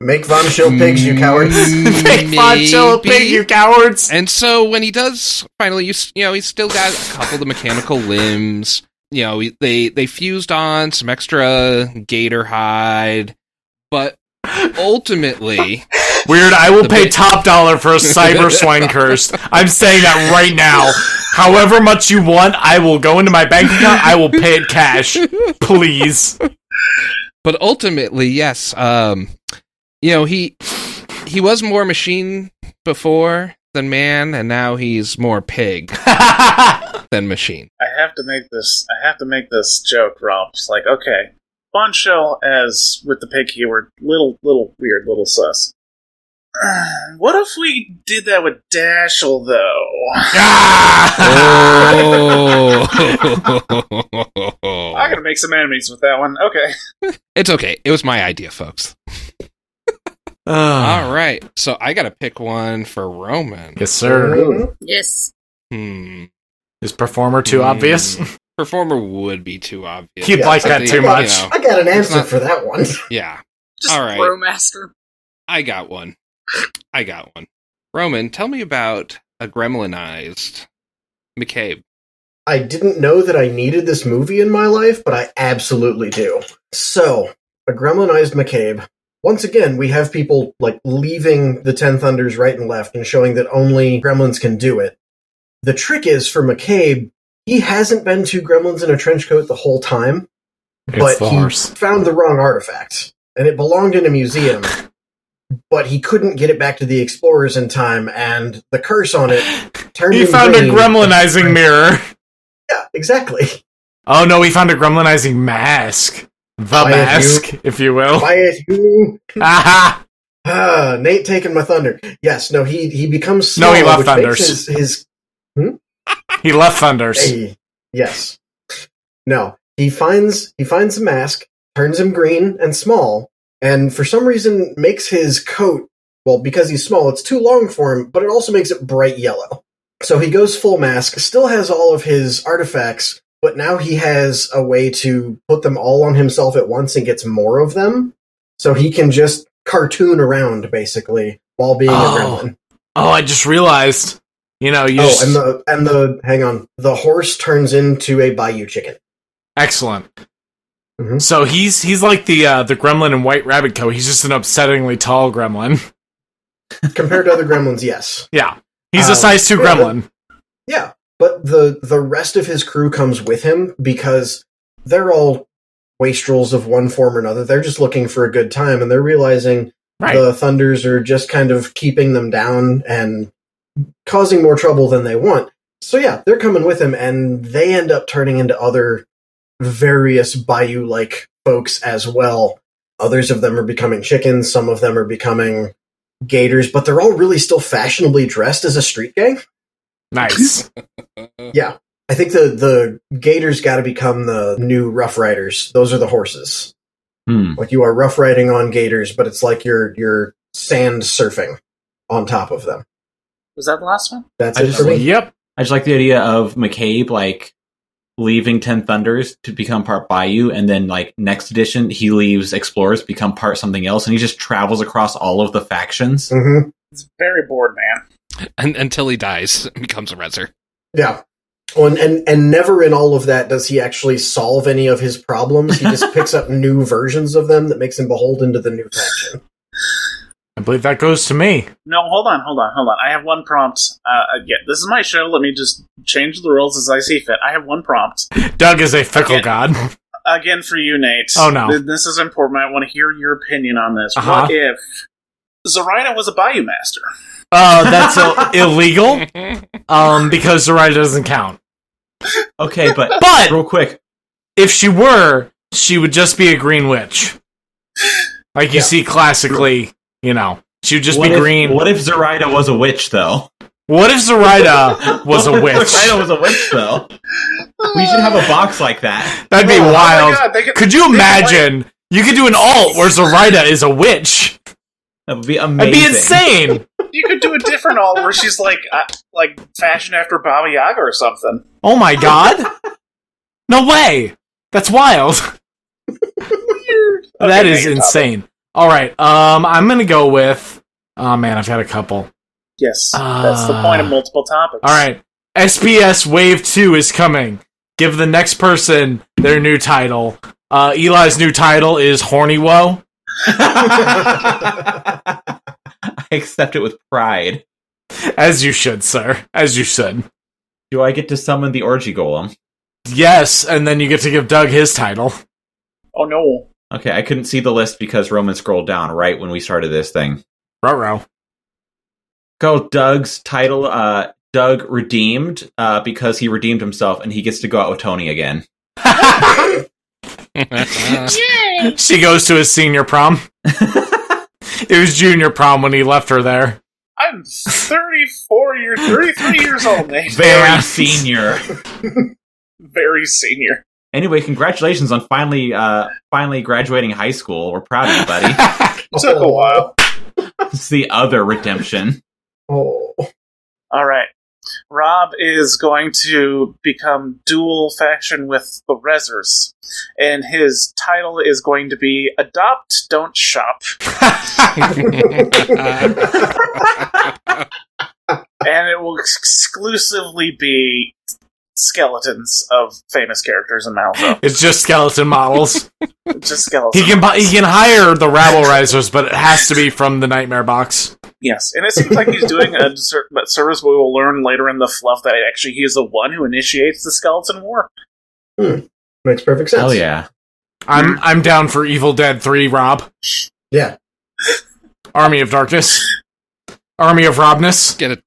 Speaker 1: Make Von Schill pigs,
Speaker 3: Mm.
Speaker 1: you cowards.
Speaker 3: Make Fonchilla pig,
Speaker 5: Maybe.
Speaker 3: you cowards!
Speaker 5: And so when he does finally, you, s- you know, he's still got a couple of the mechanical limbs. You know, he- they they fused on some extra gator hide, but ultimately,
Speaker 3: Weird, I will
Speaker 5: The
Speaker 3: pay
Speaker 5: bit-
Speaker 3: top dollar for a cyber swine cursed. I'm saying that right now. However much you want, I will go into my bank account. I will pay it cash. Please.
Speaker 5: but ultimately, yes. Um, you know, he he was more machine before than man, and now he's more pig than machine.
Speaker 2: I have to make this. I have to make this joke, Rob. It's like, okay, Bonshell as with the pig keyword, little, little weird, little sus. What if we did that with Dashel though? I'm
Speaker 5: Oh.
Speaker 2: gonna make some enemies with that one. Okay,
Speaker 5: it's okay. It was my idea, folks.
Speaker 3: Ah.
Speaker 5: All right. So I got to pick one for Roman.
Speaker 3: Yes, sir.
Speaker 4: Yes.
Speaker 5: Hmm.
Speaker 3: Is performer too
Speaker 5: Hmm.
Speaker 3: obvious?
Speaker 5: Performer would be too obvious.
Speaker 3: He'd
Speaker 1: Yeah,
Speaker 3: like
Speaker 5: I
Speaker 3: that
Speaker 5: think,
Speaker 3: too
Speaker 5: you
Speaker 3: much.
Speaker 5: know,
Speaker 1: I got an answer
Speaker 5: not-
Speaker 1: for that one.
Speaker 5: yeah.
Speaker 4: Just
Speaker 5: All right.
Speaker 4: Brewmaster.
Speaker 5: I got one. I got one. Roman, tell me about a gremlinized McCabe.
Speaker 1: I didn't know that I needed this movie in my life, but I absolutely do. So, a gremlinized McCabe. Once again, we have people like leaving the Ten Thunders right and left and showing that only gremlins can do it. The trick is for McCabe, he hasn't been to gremlins in a trench coat the whole time. but he found the wrong artifact and it belonged in a museum but he couldn't get it back to the explorers in time and the curse on it turned
Speaker 3: He
Speaker 1: him
Speaker 3: found a
Speaker 1: green.
Speaker 3: gremlinizing mirror.
Speaker 1: yeah exactly
Speaker 3: Oh no, he found a gremlinizing mask. The
Speaker 1: Why, if
Speaker 3: mask, if you will.
Speaker 1: why is you
Speaker 3: Aha!
Speaker 1: ah, nate taking my thunder yes no he he becomes
Speaker 3: No,
Speaker 1: small,
Speaker 3: he left
Speaker 1: which
Speaker 3: Thunders.
Speaker 1: makes his, his
Speaker 3: He left Thunders.
Speaker 1: Hey, yes. No. He finds he finds the mask, turns him green and small, and for some reason makes his coat well, because he's small, it's too long for him, but it also makes it bright yellow. So he goes full mask, still has all of his artifacts, but now he has a way to put them all on himself at once and gets more of them. So he can just cartoon around basically while being
Speaker 3: Oh.
Speaker 1: a gremlin.
Speaker 3: Oh, I just realized. You know, you
Speaker 1: Oh,
Speaker 3: just-
Speaker 1: and the and the hang on, the horse turns into a bayou chicken.
Speaker 3: excellent.
Speaker 1: Mhm.
Speaker 3: So he's he's like the uh, the gremlin in White Rabbit Co. He's just an upsettingly tall gremlin.
Speaker 1: compared to other gremlins yes
Speaker 3: Yeah, he's a
Speaker 1: Um,
Speaker 3: size two
Speaker 1: yeah, the-
Speaker 3: gremlin.
Speaker 1: yeah but the the rest of his crew comes with him because they're all wastrels of one form or another they're just looking for a good time and they're realizing
Speaker 3: Right.
Speaker 1: the thunders are just kind of keeping them down and causing more trouble than they want so yeah they're coming with him and they end up turning into other various bayou like folks as well others of them are becoming chickens some of them are becoming gators but they're all really still fashionably dressed as a street gang
Speaker 3: nice.
Speaker 1: I think the the Gators got to become the new Rough Riders. Those are the horses.
Speaker 6: Hmm.
Speaker 1: Like you are rough riding on Gators, but it's like you're you're sand surfing on top of them.
Speaker 2: was that the last one?
Speaker 1: That's
Speaker 6: I
Speaker 1: it
Speaker 6: just
Speaker 1: for me.
Speaker 3: yep.
Speaker 6: I just like the idea of McCabe like leaving Ten Thunders to become part Bayou, and then like next edition he leaves Explorers to become part something else, and he just travels across all of the factions.
Speaker 1: Mhm.
Speaker 2: It's very bored, man.
Speaker 5: Un- until he dies, becomes a reser.
Speaker 1: Yeah. Oh, and, and and never in all of that does he actually solve any of his problems. He just picks up new versions of them that makes him beholden to the new faction.
Speaker 3: I believe that goes to me.
Speaker 2: No, hold on, hold on, hold on. I have one prompt. Uh, yeah, this is my show. Let me just change the rules as I see fit. I have one prompt
Speaker 3: Doug is a fickle
Speaker 2: Yeah.
Speaker 3: god.
Speaker 2: again for you, Nate.
Speaker 3: Oh, no.
Speaker 2: Th- this is important. I want to hear your opinion on this.
Speaker 3: Uh-huh.
Speaker 2: What if Zoraida was a Bayou master?
Speaker 3: Oh, that's uh, illegal. Um, because the ride doesn't count.
Speaker 6: Okay, but
Speaker 3: But
Speaker 6: real quick,
Speaker 3: if she were, she would just be a green witch. Like you
Speaker 1: Yeah.
Speaker 3: see classically, you know, she would just
Speaker 6: what
Speaker 3: be
Speaker 6: if,
Speaker 3: green.
Speaker 6: What if Zoraida was a witch though?
Speaker 3: What if Zoraida was a
Speaker 6: What if
Speaker 3: witch?
Speaker 6: Zoraida was a witch though. We should have a box like that.
Speaker 3: That'd be
Speaker 2: Oh, Oh
Speaker 3: wild.
Speaker 2: my God, they could,
Speaker 3: Could you imagine? You could do an alt where Zoraida is a witch.
Speaker 6: That would be amazing.
Speaker 3: That'd be insane.
Speaker 2: you could do a different all where she's like uh, like fashioned after Baba Yaga or something.
Speaker 3: Oh my god. No way. That's wild.
Speaker 2: weird. Okay,
Speaker 3: that is
Speaker 2: name your topic.
Speaker 3: insane. All right, um, I'm gonna go with. Oh man, I've had a couple.
Speaker 2: Yes, that's the point of
Speaker 3: Ah.
Speaker 2: multiple topics.
Speaker 3: All right, SBS Wave Two is coming. Give the next person their new title. Uh, Eli's new title is Horny Woe.
Speaker 6: I accept it with pride.
Speaker 3: As you should, sir. As you should.
Speaker 6: Do I get to summon the orgy golem?
Speaker 3: Yes, and then you get to give Doug his title.
Speaker 2: Oh no.
Speaker 6: Okay, I couldn't see the list because Roman scrolled down right when we started this thing.
Speaker 3: Ruh-roh.
Speaker 6: Go Doug's title, uh, Doug redeemed uh, because he redeemed himself and he gets to go out with Tony again.
Speaker 4: Yay!
Speaker 3: she goes to his senior prom. It was junior prom when he left her there.
Speaker 2: I'm 34 years, 33 years old, Nate.
Speaker 6: Very
Speaker 3: Yeah.
Speaker 6: senior.
Speaker 2: Very senior.
Speaker 6: Anyway, congratulations on finally uh, finally graduating high school. We're proud of you, buddy.
Speaker 2: Took a while.
Speaker 6: it's the other redemption.
Speaker 1: Oh.
Speaker 2: All right. Rob is going to become dual faction with the Rezzers, and his title is going to be Adopt, Don't Shop. and it will ex- exclusively be skeletons of famous characters in Malifaux.
Speaker 3: it's just skeleton models.
Speaker 2: Just skeletons.
Speaker 3: He can bu- he can hire the rabble risers, but it has to be from the nightmare box.
Speaker 2: Yes, and it seems like he's doing a ser- but service we will learn later in the fluff that actually he is the one who initiates the skeleton war.
Speaker 1: Makes perfect sense.
Speaker 6: Hell yeah.
Speaker 3: I'm I'm down for Evil Dead Three, Rob.
Speaker 1: Yeah.
Speaker 3: Army of Darkness. Army of Robness.
Speaker 5: Get it.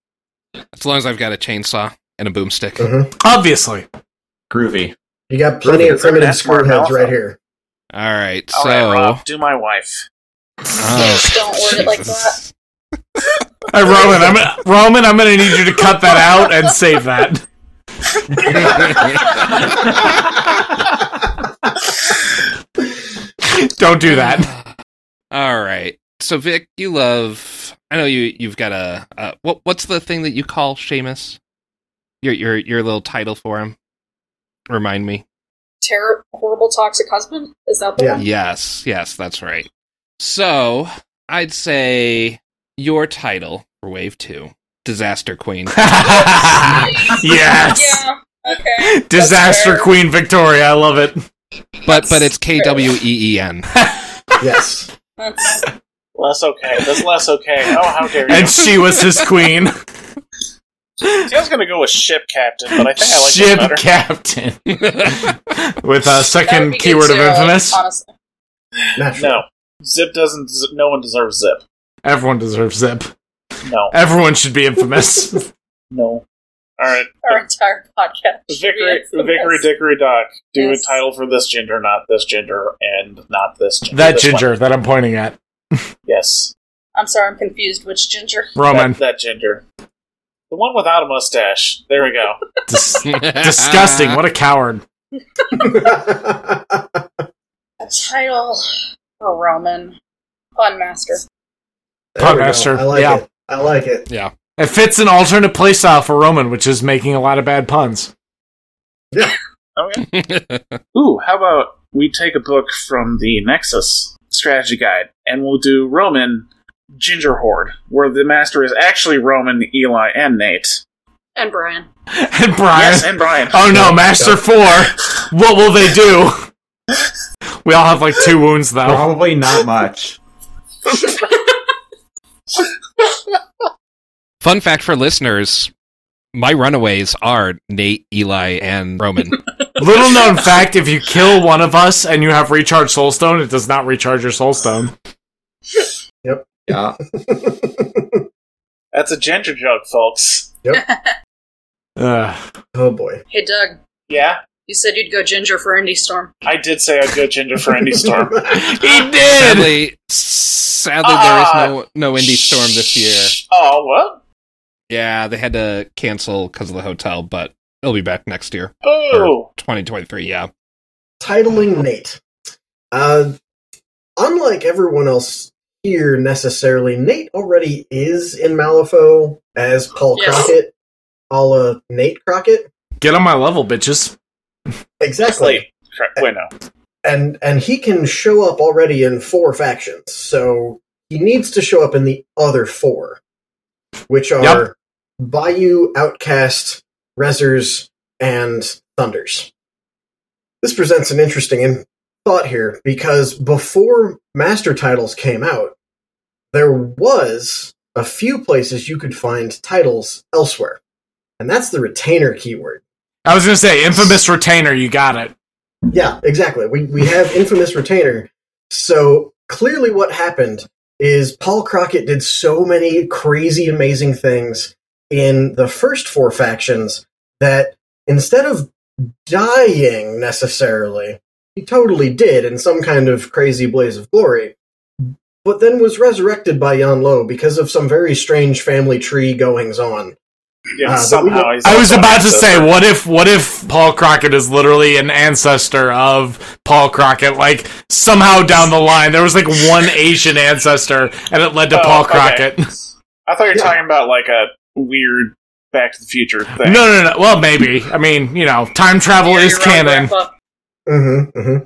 Speaker 5: As long as I've got a chainsaw and a boomstick.
Speaker 1: Mhm.
Speaker 3: Obviously.
Speaker 6: Groovy.
Speaker 1: You got plenty of
Speaker 2: Perfect.
Speaker 1: primitive
Speaker 2: That's more
Speaker 1: square heads
Speaker 2: alpha.
Speaker 1: right here.
Speaker 5: All right.
Speaker 2: All
Speaker 5: so.
Speaker 2: right, Rob, do my wife.
Speaker 5: Oh,
Speaker 4: Don't word it like that.
Speaker 5: Jesus.
Speaker 3: Hey, Uh, Roman, I'm gonna, Roman, I'm gonna need you to cut that out and save that. Don't do that.
Speaker 5: All right. So Vic, you love. I know you. You've got a. Uh, what? What's the thing that you call Seamus? Your your your little title for him. Remind me.
Speaker 4: Terror, horrible toxic husband? Is that the
Speaker 1: Yeah.
Speaker 4: one?
Speaker 5: Yes, yes, that's right. So I'd say your title for Wave Two, Disaster Queen.
Speaker 3: yes.
Speaker 4: Yeah. Okay.
Speaker 3: Disaster
Speaker 4: fair.
Speaker 3: Queen Victoria, I love it.
Speaker 5: but but it's K W E E N.
Speaker 1: Yes.
Speaker 4: That's,
Speaker 2: Less okay. That's less okay. Oh, how dare you!
Speaker 3: And she was his queen.
Speaker 2: See, I was gonna go with ship captain, but I think I like that
Speaker 3: Ship
Speaker 2: better.
Speaker 3: captain. With a
Speaker 4: that would
Speaker 3: second
Speaker 4: be good
Speaker 3: keyword of
Speaker 4: too,
Speaker 3: infamous.
Speaker 4: Honestly.
Speaker 1: Natural.
Speaker 2: no, zip doesn't. Zip, no one deserves zip.
Speaker 3: Everyone deserves zip.
Speaker 2: No,
Speaker 3: Everyone should be infamous.
Speaker 2: no. All right,
Speaker 4: Our entire podcast. should be
Speaker 2: Vickery,
Speaker 4: infamous.
Speaker 2: Vickery, Dickory, Dock. Do
Speaker 4: Yes.
Speaker 2: a title for this gender, not this gender, and not this gender.
Speaker 3: that
Speaker 2: This one.
Speaker 3: ginger that I'm pointing at.
Speaker 2: Yes,
Speaker 4: I'm sorry, I'm confused. Which ginger?
Speaker 3: Roman.
Speaker 2: that, that ginger. The one without a mustache. There we go.
Speaker 3: Dis- disgusting. What a coward.
Speaker 4: A title for Roman. Pun master.
Speaker 1: There we go.
Speaker 3: Pugmaster.
Speaker 1: I like
Speaker 3: Yeah.
Speaker 1: it. I like it.
Speaker 5: yeah.
Speaker 3: It fits an alternate playstyle for Roman, which is making a lot of bad puns.
Speaker 2: Okay. Ooh, how about we take a book from the Nexus strategy guide and we'll do Roman Ginger Horde, where the master is actually Roman, Eli, and Nate.
Speaker 4: And Brian.
Speaker 3: And Brian.
Speaker 2: Yes, and Brian.
Speaker 3: Oh no, Master Four. What will they do? We all have like two wounds though.
Speaker 6: Probably not much.
Speaker 5: Fun fact for listeners: my runaways are Nate, Eli, and Roman.
Speaker 3: Little known fact: if you kill one of us and you have recharged soulstone, it does not recharge your soulstone.
Speaker 6: Yeah.
Speaker 2: That's a ginger joke, folks.
Speaker 3: Ugh.
Speaker 1: Oh boy.
Speaker 4: Hey, Doug.
Speaker 2: Yeah,
Speaker 4: You said you'd go ginger for Indy Storm.
Speaker 2: I did say I'd go ginger for any storm.
Speaker 3: He did.
Speaker 5: Ah, sadly, sadly,
Speaker 2: Ah.
Speaker 5: there is no no indie storm this year.
Speaker 2: Oh, what?
Speaker 5: Yeah, they had to cancel because of the hotel, but it'll be back next year,
Speaker 2: Boo!
Speaker 5: 2023. Yeah.
Speaker 1: Titling Nate. Uh, unlike everyone else here necessarily, Nate already is in Malifaux as Paul
Speaker 4: Yes.
Speaker 1: Crockett, a la Nate Crockett.
Speaker 3: Get on my level, bitches.
Speaker 1: Exactly.
Speaker 2: Slate. Correct. Wait, no.
Speaker 1: and and he can show up already in four factions. So he needs to show up in the other four, which are Bayou, Outcast, Rezzers, and Thunders. This presents an interesting in- thought here because before master titles came out, there was a few places you could find titles elsewhere, and that's the retainer keyword.
Speaker 3: I was gonna say infamous retainer. You got it.
Speaker 1: Yeah, exactly. We we have infamous retainer. So clearly, what happened is Paul Crockett did so many crazy, amazing things in the first four factions that instead of dying necessarily, he totally did in some kind of crazy blaze of glory. But then was resurrected by Yan Lo because of some very strange family tree goings on.
Speaker 2: Yeah,
Speaker 1: Uh, but
Speaker 2: somehow he's
Speaker 3: I was
Speaker 2: also
Speaker 3: about to
Speaker 2: accessed
Speaker 3: say,
Speaker 2: it.
Speaker 3: what if what if Paul Crockett is literally an ancestor of Paul Crockett? Like somehow down the line, there was like one Asian ancestor, and it led to
Speaker 2: Oh,
Speaker 3: Paul
Speaker 2: okay.
Speaker 3: Crockett.
Speaker 2: I thought you were
Speaker 1: Yeah.
Speaker 2: talking about like a weird Back to the Future
Speaker 3: No,
Speaker 2: thing.
Speaker 3: no, no. Well, maybe. I mean, you know, time travel
Speaker 4: Yeah,
Speaker 3: is
Speaker 4: you're right,
Speaker 3: canon.
Speaker 4: Grandpa.
Speaker 1: Mm-hmm, mm-hmm.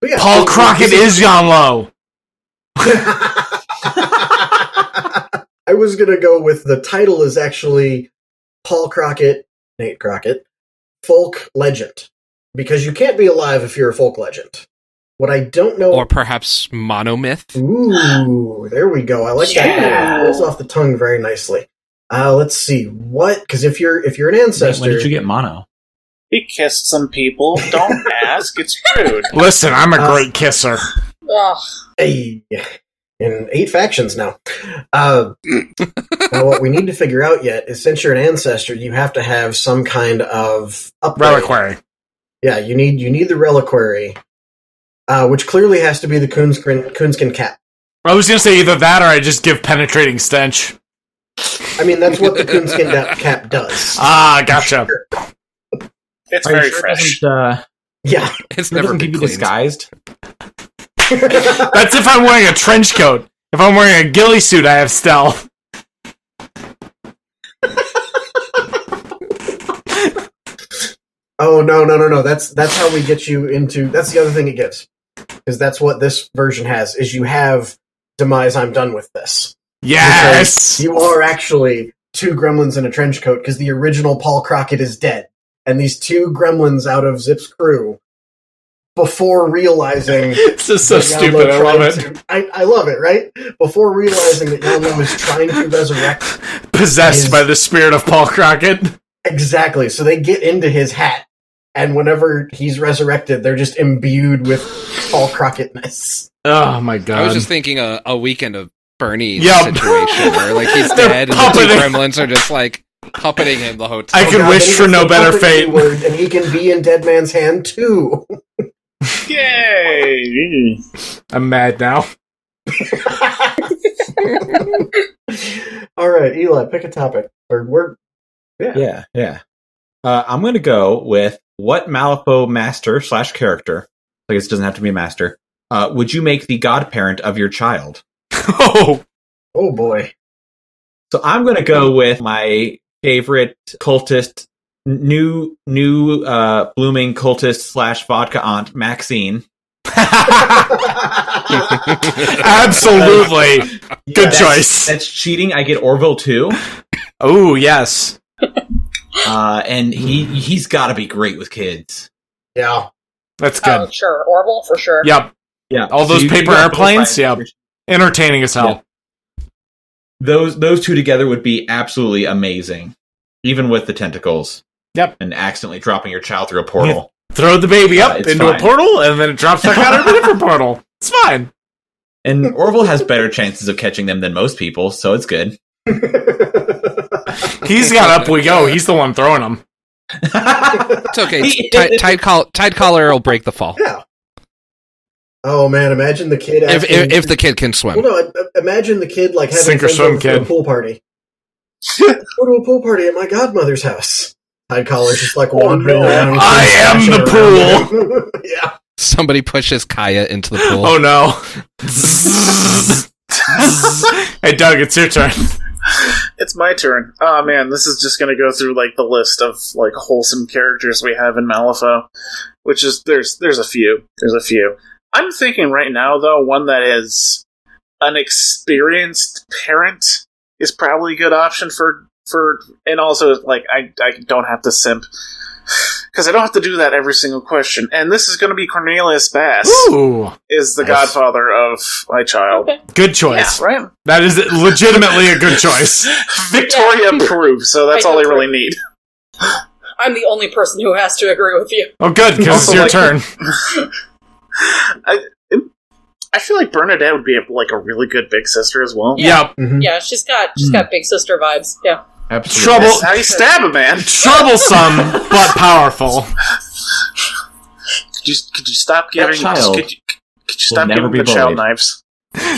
Speaker 1: But yeah,
Speaker 3: Paul
Speaker 1: it-
Speaker 3: Crockett
Speaker 1: it's-
Speaker 3: is John Lowe.
Speaker 1: I was gonna go with the title is actually Paul Crockett, Nate Crockett, folk legend, because you can't be alive if you're a folk legend. What I don't
Speaker 6: Oh.
Speaker 1: know.
Speaker 5: or perhaps monomyth.
Speaker 1: Ooh, there we go. I like that. It
Speaker 2: Yeah.
Speaker 1: rolls off the tongue very nicely. Uh, let's see what because if you're if you're an ancestor,
Speaker 6: When did you get mono?
Speaker 2: He kissed some people. Don't ask. It's rude.
Speaker 3: Listen, I'm a
Speaker 1: Uh,
Speaker 3: great kisser.
Speaker 4: Ugh.
Speaker 1: Hey, in eight factions now. Uh, now what we need to figure out yet is since you're an ancestor, you have to have some kind of upgrade.
Speaker 3: Reliquary.
Speaker 1: Yeah, you need you need the reliquary, uh, which clearly has to be the coonskin coonskin cap.
Speaker 3: I was gonna say either that or I just give penetrating stench.
Speaker 1: I mean, that's what the coonskin da- cap does.
Speaker 3: Ah, gotcha.
Speaker 2: It's
Speaker 6: Are you
Speaker 2: very
Speaker 6: sure it
Speaker 2: fresh.
Speaker 6: doesn't, Uh,
Speaker 1: yeah,
Speaker 5: It's
Speaker 6: it
Speaker 5: never
Speaker 6: doesn't
Speaker 5: been
Speaker 6: keep you
Speaker 5: cleaned.
Speaker 6: disguised.
Speaker 3: That's if I'm wearing a trench coat. If I'm wearing a ghillie suit, I have stealth.
Speaker 1: Oh no no no no! That's that's how we get you into. That's the other thing it gives, because that's what this version has. Is you have demise. I'm done with this.
Speaker 3: Yes.
Speaker 1: You are actually two gremlins in a trench coat because the original Paul Crockett is dead, and these two gremlins out of Zip's crew, before realizing
Speaker 3: This is so
Speaker 1: that Yalo
Speaker 3: stupid. I love
Speaker 1: tried
Speaker 3: it.
Speaker 1: to- I, I love it, right? Before realizing that Yalo is trying to resurrect
Speaker 3: Possessed
Speaker 1: Is-
Speaker 3: by the spirit of Paul Crockett.
Speaker 1: exactly, so they get into his hat, and whenever he's resurrected, they're just imbued with Paul Crockettness.
Speaker 3: Oh my
Speaker 5: I was
Speaker 3: god.
Speaker 5: just thinking a, a weekend of Bernie
Speaker 3: Yep.
Speaker 5: situation where like he's
Speaker 3: They're
Speaker 5: dead and the two
Speaker 3: puppeting.
Speaker 5: gremlins are just like puppeting him the whole
Speaker 3: I
Speaker 5: time.
Speaker 3: could
Speaker 1: Oh God,
Speaker 3: wish
Speaker 1: and he
Speaker 3: for
Speaker 1: gets
Speaker 3: no
Speaker 1: the
Speaker 3: better
Speaker 1: puppet
Speaker 3: fate.
Speaker 1: keyword, and he can be in Dead Man's Hand too.
Speaker 2: Yay!
Speaker 3: I'm mad now.
Speaker 1: All right, Eli, pick a topic. Or we're
Speaker 6: Yeah, yeah. Uh, I'm gonna go with what Malifaux master slash character. I guess it doesn't have to be a master. Uh, would you make the godparent of your child?
Speaker 3: Oh,
Speaker 1: oh boy.
Speaker 6: So I'm gonna go with my favorite cultist, n- new new uh, blooming cultist slash vodka aunt Maxine.
Speaker 3: absolutely. Good
Speaker 1: Yes.
Speaker 3: choice.
Speaker 6: That's cheating. I get Orville too,
Speaker 3: Oh, yes.
Speaker 6: uh, and he he's got to be great with kids.
Speaker 1: Yeah.
Speaker 3: That's
Speaker 4: Oh,
Speaker 3: good.
Speaker 4: sure. Orville, for sure.
Speaker 3: Yep.
Speaker 6: Yeah,
Speaker 3: All those paper
Speaker 6: got both
Speaker 3: airplanes?
Speaker 6: sides.
Speaker 3: Yeah. Entertaining as hell.
Speaker 6: those those two together would be absolutely amazing, even with the tentacles.
Speaker 3: Yep.
Speaker 6: and accidentally dropping your child through a portal.
Speaker 3: Throw the baby
Speaker 6: Uh,
Speaker 3: up
Speaker 6: it's
Speaker 3: into a
Speaker 6: fine.
Speaker 3: portal and then it drops back out of a different portal. It's fine.
Speaker 6: And Orville has better chances of catching them than most people, so it's good.
Speaker 3: He's got up we go. He's the one throwing them.
Speaker 5: It's okay.
Speaker 6: He-
Speaker 5: Tide, tide, coll- tide collar will break the fall.
Speaker 1: oh man, imagine the kid
Speaker 5: If,
Speaker 1: asking-
Speaker 5: if, if the kid can swim.
Speaker 1: Well no, I- I- imagine the kid like having
Speaker 3: Sink or
Speaker 1: friends
Speaker 3: swim
Speaker 1: over for a
Speaker 3: kid.
Speaker 1: pool party. Go to a pool party at my godmother's house. Tide collar's just like wandering
Speaker 2: no.
Speaker 1: around.
Speaker 3: Oh, I am the
Speaker 1: smashing around. yeah.
Speaker 5: Somebody pushes Kaya into the pool.
Speaker 3: Oh no. hey Doug, it's your turn.
Speaker 2: it's my turn. Oh man, this is just gonna go through like the list of like wholesome characters we have in Malifaux, which is there's there's a few, there's a few. I'm thinking right now though one that is an experienced parent is probably a good option for for and also like I I don't have to simp because I don't have to do that every single question. And this is going to be Cornelius Bass
Speaker 3: Ooh,
Speaker 2: is the
Speaker 3: Nice.
Speaker 2: godfather of my child,
Speaker 4: Oh, Okay.
Speaker 3: good choice.
Speaker 2: right?
Speaker 3: That is legitimately a good choice.
Speaker 2: Victoria approves, so that's
Speaker 4: I
Speaker 2: all I
Speaker 4: do
Speaker 2: really need.
Speaker 4: I'm the only person who has to agree with you.
Speaker 3: Oh, good, because it's
Speaker 2: Also,
Speaker 3: your
Speaker 2: like-
Speaker 3: turn.
Speaker 2: I feel like Bernadette would be like a really good big sister as well.
Speaker 4: Yeah.
Speaker 3: Yep.
Speaker 1: Mhm.
Speaker 4: Yeah, she's got she's got big sister vibes. Yeah.
Speaker 6: Absolutely.
Speaker 3: Trouble-
Speaker 2: That's how you stab a man.
Speaker 3: Troublesome, but powerful.
Speaker 2: Could you, could you stop giving?
Speaker 6: child
Speaker 2: could you, could you stop
Speaker 6: never
Speaker 2: giving
Speaker 6: be
Speaker 2: the child
Speaker 6: bullied.
Speaker 2: knives?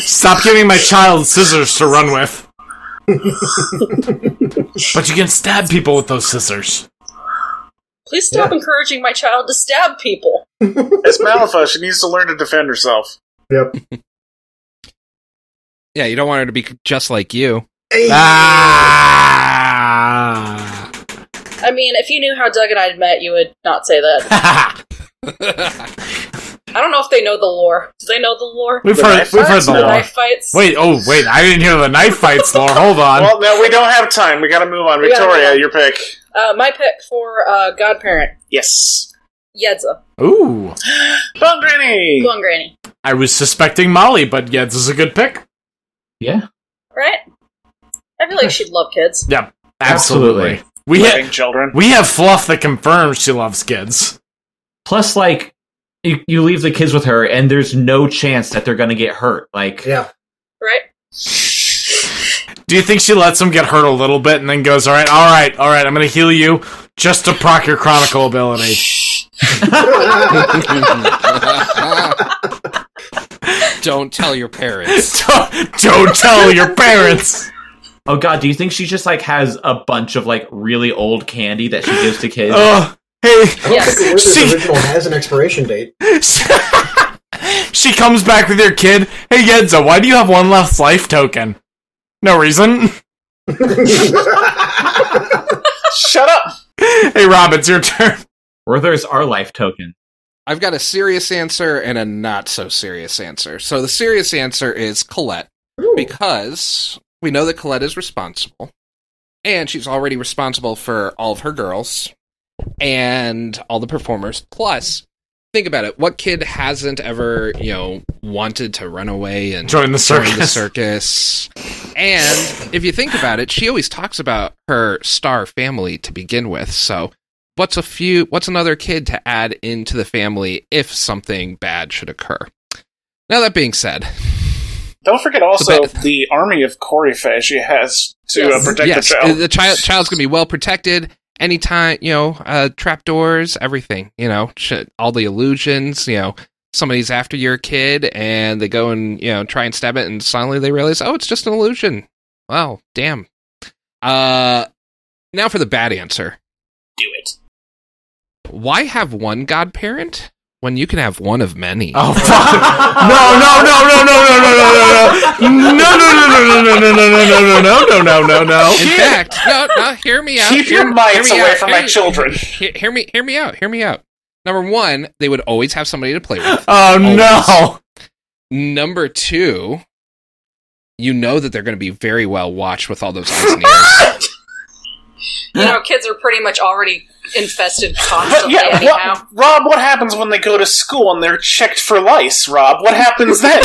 Speaker 3: Stop giving my child scissors to run with. but you can stab people with those scissors.
Speaker 4: Please stop encouraging my child to stab people.
Speaker 2: It's Malifaux. She needs to learn to defend herself.
Speaker 1: Yep.
Speaker 5: Yeah, you don't want her to be just like you.
Speaker 1: Hey!
Speaker 3: Ah!
Speaker 4: I mean, if you knew how Doug and I had met, you would not say that. I don't know if they know the lore. Do they know the lore?
Speaker 3: we've
Speaker 2: The
Speaker 3: heard,
Speaker 2: knife
Speaker 3: we've heard
Speaker 2: fights?
Speaker 3: the
Speaker 4: The
Speaker 2: No.
Speaker 3: lore.
Speaker 4: knife fights.
Speaker 3: Wait, oh wait, I didn't hear the knife fights lore. Hold on.
Speaker 2: Well, no, we don't have time. We got to move on.
Speaker 4: We gotta
Speaker 2: Victoria,
Speaker 4: move on.
Speaker 2: your pick.
Speaker 4: Uh, my pick for uh, godparent
Speaker 2: Yes,
Speaker 4: Yedza,
Speaker 3: Ooh,
Speaker 2: Bone Granny.
Speaker 4: Go on, Granny.
Speaker 3: I was suspecting Molly, but yeah, this is a good pick.
Speaker 6: Yeah.
Speaker 4: Right? I feel like she'd love kids.
Speaker 3: Absolutely.
Speaker 6: Absolutely.
Speaker 3: We
Speaker 2: Loving
Speaker 3: ha-
Speaker 2: children.
Speaker 3: we have fluff that confirms she loves kids.
Speaker 6: Plus, like, you, you leave the kids with her, and there's no chance that they're going to get hurt. Like,
Speaker 1: Yeah.
Speaker 4: Right?
Speaker 3: Do you think she lets them get hurt a little bit and then goes, "All right, all right, all right, I'm going to heal you just to proc your chronicle ability"?
Speaker 5: don't tell your parents.
Speaker 3: don't, don't tell your parents.
Speaker 6: oh god, do you think she just like has a bunch of like really old candy that she gives to kids?
Speaker 3: Oh, hey,
Speaker 1: I don't
Speaker 4: Yes.
Speaker 1: think the Wizard's
Speaker 3: See-
Speaker 1: original has an expiration date.
Speaker 3: she comes back with your kid. Hey, Yenza, why do you have one less life token? No reason.
Speaker 2: Shut up.
Speaker 3: Hey, Rob, it's your turn.
Speaker 6: Or there's our life token.
Speaker 5: I've got a serious answer and a not so serious answer. So the serious answer is Colette because we know that Colette is responsible and she's already responsible for all of her girls and all the performers plus think about it what kid hasn't ever you know wanted to run away and
Speaker 3: Join the
Speaker 5: join the
Speaker 3: circus.
Speaker 5: circus and if you think about it she always talks about her star family to begin with so what's a few what's another kid to add into the family if something bad should occur now that being said
Speaker 2: Don't forget also
Speaker 5: The
Speaker 2: the, army of Coryphae she has to
Speaker 4: Yes.
Speaker 2: uh, protect
Speaker 5: yes,
Speaker 2: the
Speaker 5: uh,
Speaker 2: child.
Speaker 5: the child child's gonna be well protected. Anytime, you know, uh, trapdoors, everything, you know, shit, all the illusions, you know, somebody's after your kid and they go and you know try and stab it, and suddenly they realize, oh, it's just an illusion. Wow, damn. Uh, now for the bad answer.
Speaker 2: Do it.
Speaker 5: Why have one godparent when you can have one of many?
Speaker 3: Oh, fuck. No, no, no, no, no, no, no, no, no, no, no, no, no, no, no, no, no, no, no, no, no, no, no, no.
Speaker 5: In fact, no, no, hear me out.
Speaker 2: Keep your
Speaker 5: hear-
Speaker 2: mites
Speaker 5: hear me
Speaker 2: away
Speaker 5: out,
Speaker 2: from
Speaker 5: hear
Speaker 2: my
Speaker 5: me-
Speaker 2: children.
Speaker 5: Hear, hear me, hear me out. Hear me out. Number one, they would always have somebody to play with.
Speaker 3: Oh no.
Speaker 5: Number two, you know that they're going to be very well watched with all those eyes and ears.
Speaker 4: You know, kids are pretty much already infested
Speaker 2: But
Speaker 4: constantly
Speaker 2: yeah,
Speaker 4: anyhow.
Speaker 2: what, Rob, what happens when they go to school and they're checked for lice? Rob, what happens then?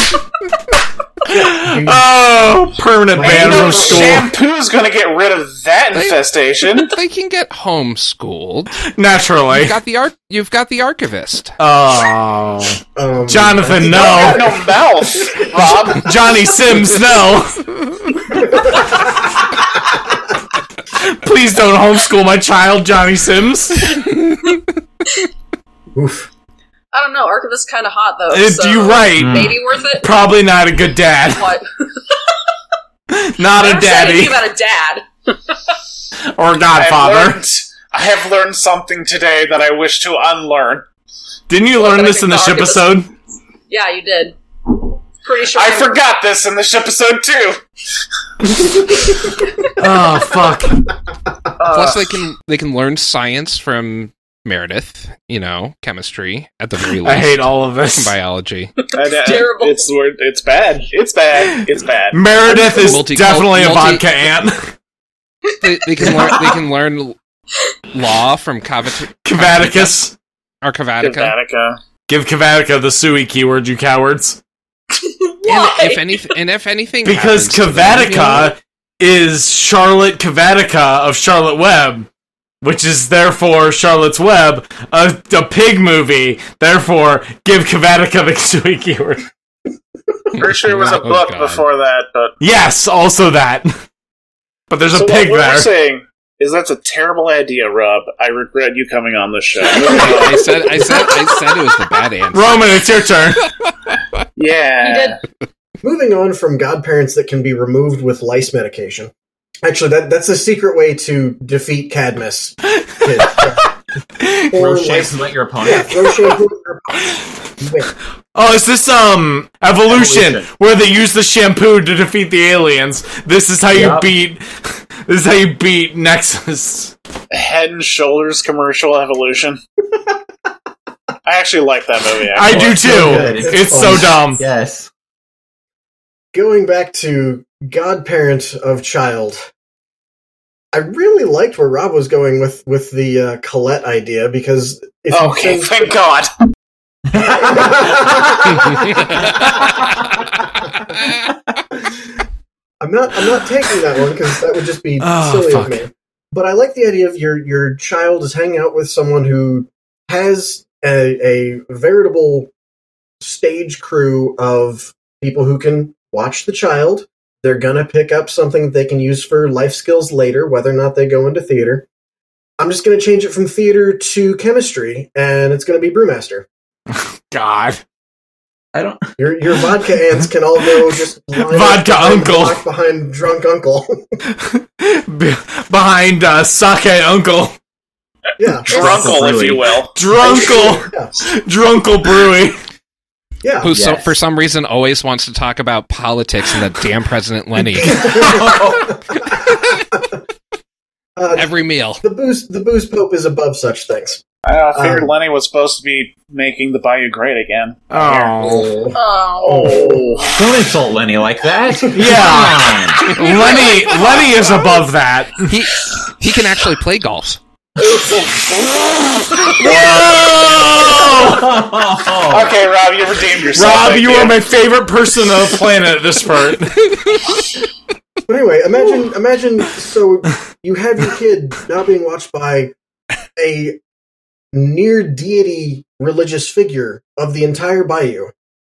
Speaker 3: Oh, permanent
Speaker 2: Ain't
Speaker 3: ban
Speaker 2: no
Speaker 3: from school.
Speaker 2: shampoo's gonna get rid of that
Speaker 5: They-
Speaker 2: infestation.
Speaker 5: they can get homeschooled.
Speaker 3: Naturally.
Speaker 5: You've got the arch- You've got the archivist.
Speaker 3: Oh,
Speaker 1: Um,
Speaker 3: Jonathan,
Speaker 2: Don't have
Speaker 3: no.
Speaker 2: no mouth, Rob.
Speaker 3: Johnny Sims, no. Please don't homeschool my child, Johnny Sims.
Speaker 1: Oof.
Speaker 4: I don't know. Archivist's kind of hot though.
Speaker 3: If
Speaker 4: so
Speaker 3: you right,
Speaker 4: Maybe worth it.
Speaker 3: probably not a good dad.
Speaker 4: What?
Speaker 3: Not a
Speaker 4: I'm saying
Speaker 3: daddy
Speaker 4: anything about a dad.
Speaker 3: or
Speaker 2: I have,
Speaker 3: godfather.
Speaker 2: learned, I have learned something today that I wish to unlearn.
Speaker 3: Didn't you learn
Speaker 4: but I
Speaker 3: this
Speaker 4: think
Speaker 3: in the
Speaker 4: the
Speaker 3: ship
Speaker 4: archivist-
Speaker 3: episode?
Speaker 4: Yeah, you did. Pretty sure.
Speaker 2: I
Speaker 4: I'm-
Speaker 2: forgot this in this episode too.
Speaker 3: oh fuck. Uh.
Speaker 5: Plus, they can they can learn science from Meredith. You know, chemistry at the very least.
Speaker 3: I hate all of this.
Speaker 5: biology.
Speaker 2: And, uh,
Speaker 4: terrible.
Speaker 2: It's word- it's bad. It's bad. It's bad.
Speaker 3: Meredith is
Speaker 5: Multi-
Speaker 3: definitely a
Speaker 5: multi-
Speaker 3: vodka ant.
Speaker 5: They, they can learn they can learn law from Cavat
Speaker 3: Cavaticus.
Speaker 5: or Cavatica.
Speaker 2: Vatica.
Speaker 3: Give Cavatica the Sui keyword, you cowards.
Speaker 5: And
Speaker 4: Why?
Speaker 5: if anything, and if anything,
Speaker 3: Because
Speaker 5: happens to them, you know,
Speaker 3: Cavatica is Charlotte Cavatica of Charlotte Web, which is therefore Charlotte's Web, a, a pig movie. Therefore, give Cavatica the Sui keyword.
Speaker 2: Pretty sure it was a
Speaker 5: Oh,
Speaker 2: book
Speaker 5: God.
Speaker 2: before that, but
Speaker 3: Yes, also that. But there's a
Speaker 2: so
Speaker 3: pig
Speaker 2: what we're
Speaker 3: there.
Speaker 2: saying is that's a terrible idea, Rob. I regret you coming on this show.
Speaker 5: I said, I said, I said it was the bad answer.
Speaker 3: Roman, it's your turn.
Speaker 4: You
Speaker 2: yeah.
Speaker 4: did.
Speaker 1: Moving on from godparents that can be removed with lice medication. Actually, that that's a secret way to defeat Cadmus. Kid. Or
Speaker 6: Throw shapes
Speaker 1: lice-
Speaker 6: and let your
Speaker 1: yeah,
Speaker 6: opponent.
Speaker 1: throw shampoo in your pocket. Wait,
Speaker 3: Oh, is this um evolution,
Speaker 6: Evolution.
Speaker 3: where they use the shampoo to defeat the aliens? This is how you
Speaker 6: Yup.
Speaker 3: beat. This is how you beat Nexus.
Speaker 2: Head and Shoulders commercial evolution. I actually like that movie.
Speaker 3: I
Speaker 2: actually.
Speaker 3: do
Speaker 6: it's
Speaker 3: too.
Speaker 6: so good.
Speaker 3: Oh,
Speaker 6: Oh,
Speaker 3: It's,
Speaker 1: It's
Speaker 3: so
Speaker 1: fun.
Speaker 3: dumb.
Speaker 6: Yes.
Speaker 1: going back to godparent of child i really liked where rob was going with with the uh, colette idea because if you
Speaker 2: Okay,
Speaker 1: think-
Speaker 2: thank God.
Speaker 1: i'm not i'm not taking that one because that would just be
Speaker 3: Oh,
Speaker 1: silly
Speaker 3: fuck.
Speaker 1: of me but i like the idea of your your child is hanging out with someone who has a, a veritable stage crew of people who can watch the child. They're going to pick up something that they can use for life skills later, whether or not they go into theater. I'm just going to change it from theater to chemistry, and it's going to be Brewmaster.
Speaker 3: God.
Speaker 6: I don't.
Speaker 1: Your, your vodka ants can all go just line up
Speaker 3: Vodka
Speaker 1: behind the
Speaker 3: uncle.
Speaker 1: block behind drunk uncle.
Speaker 3: Be- behind uh, sake uncle,
Speaker 1: yeah,
Speaker 2: Drunkle, if you will.
Speaker 3: drunkle,
Speaker 1: yeah,
Speaker 3: drunkle brewy.
Speaker 1: yeah.
Speaker 5: Who so,
Speaker 6: Yes.
Speaker 5: for some reason always wants to talk about politics and that damn President Lenny
Speaker 1: Uh,
Speaker 5: every meal.
Speaker 1: the booze the booze pope is above such things.
Speaker 2: I uh, figured
Speaker 1: Um,
Speaker 2: Lenny was supposed to be making the Bayou great again.
Speaker 3: Oh,
Speaker 4: Oh.
Speaker 1: Oh.
Speaker 6: Don't insult Lenny like that.
Speaker 3: Yeah.
Speaker 6: Come on.
Speaker 3: Lenny, Lenny is above that.
Speaker 5: He he can actually play golf.
Speaker 3: Whoa!
Speaker 2: Okay, Rob, you redeemed yourself.
Speaker 3: Rob,
Speaker 2: Thank
Speaker 3: you are my favorite person on the planet at this part.
Speaker 1: But anyway, imagine imagine so you have your kid now being watched by a near deity religious figure of the entire bayou.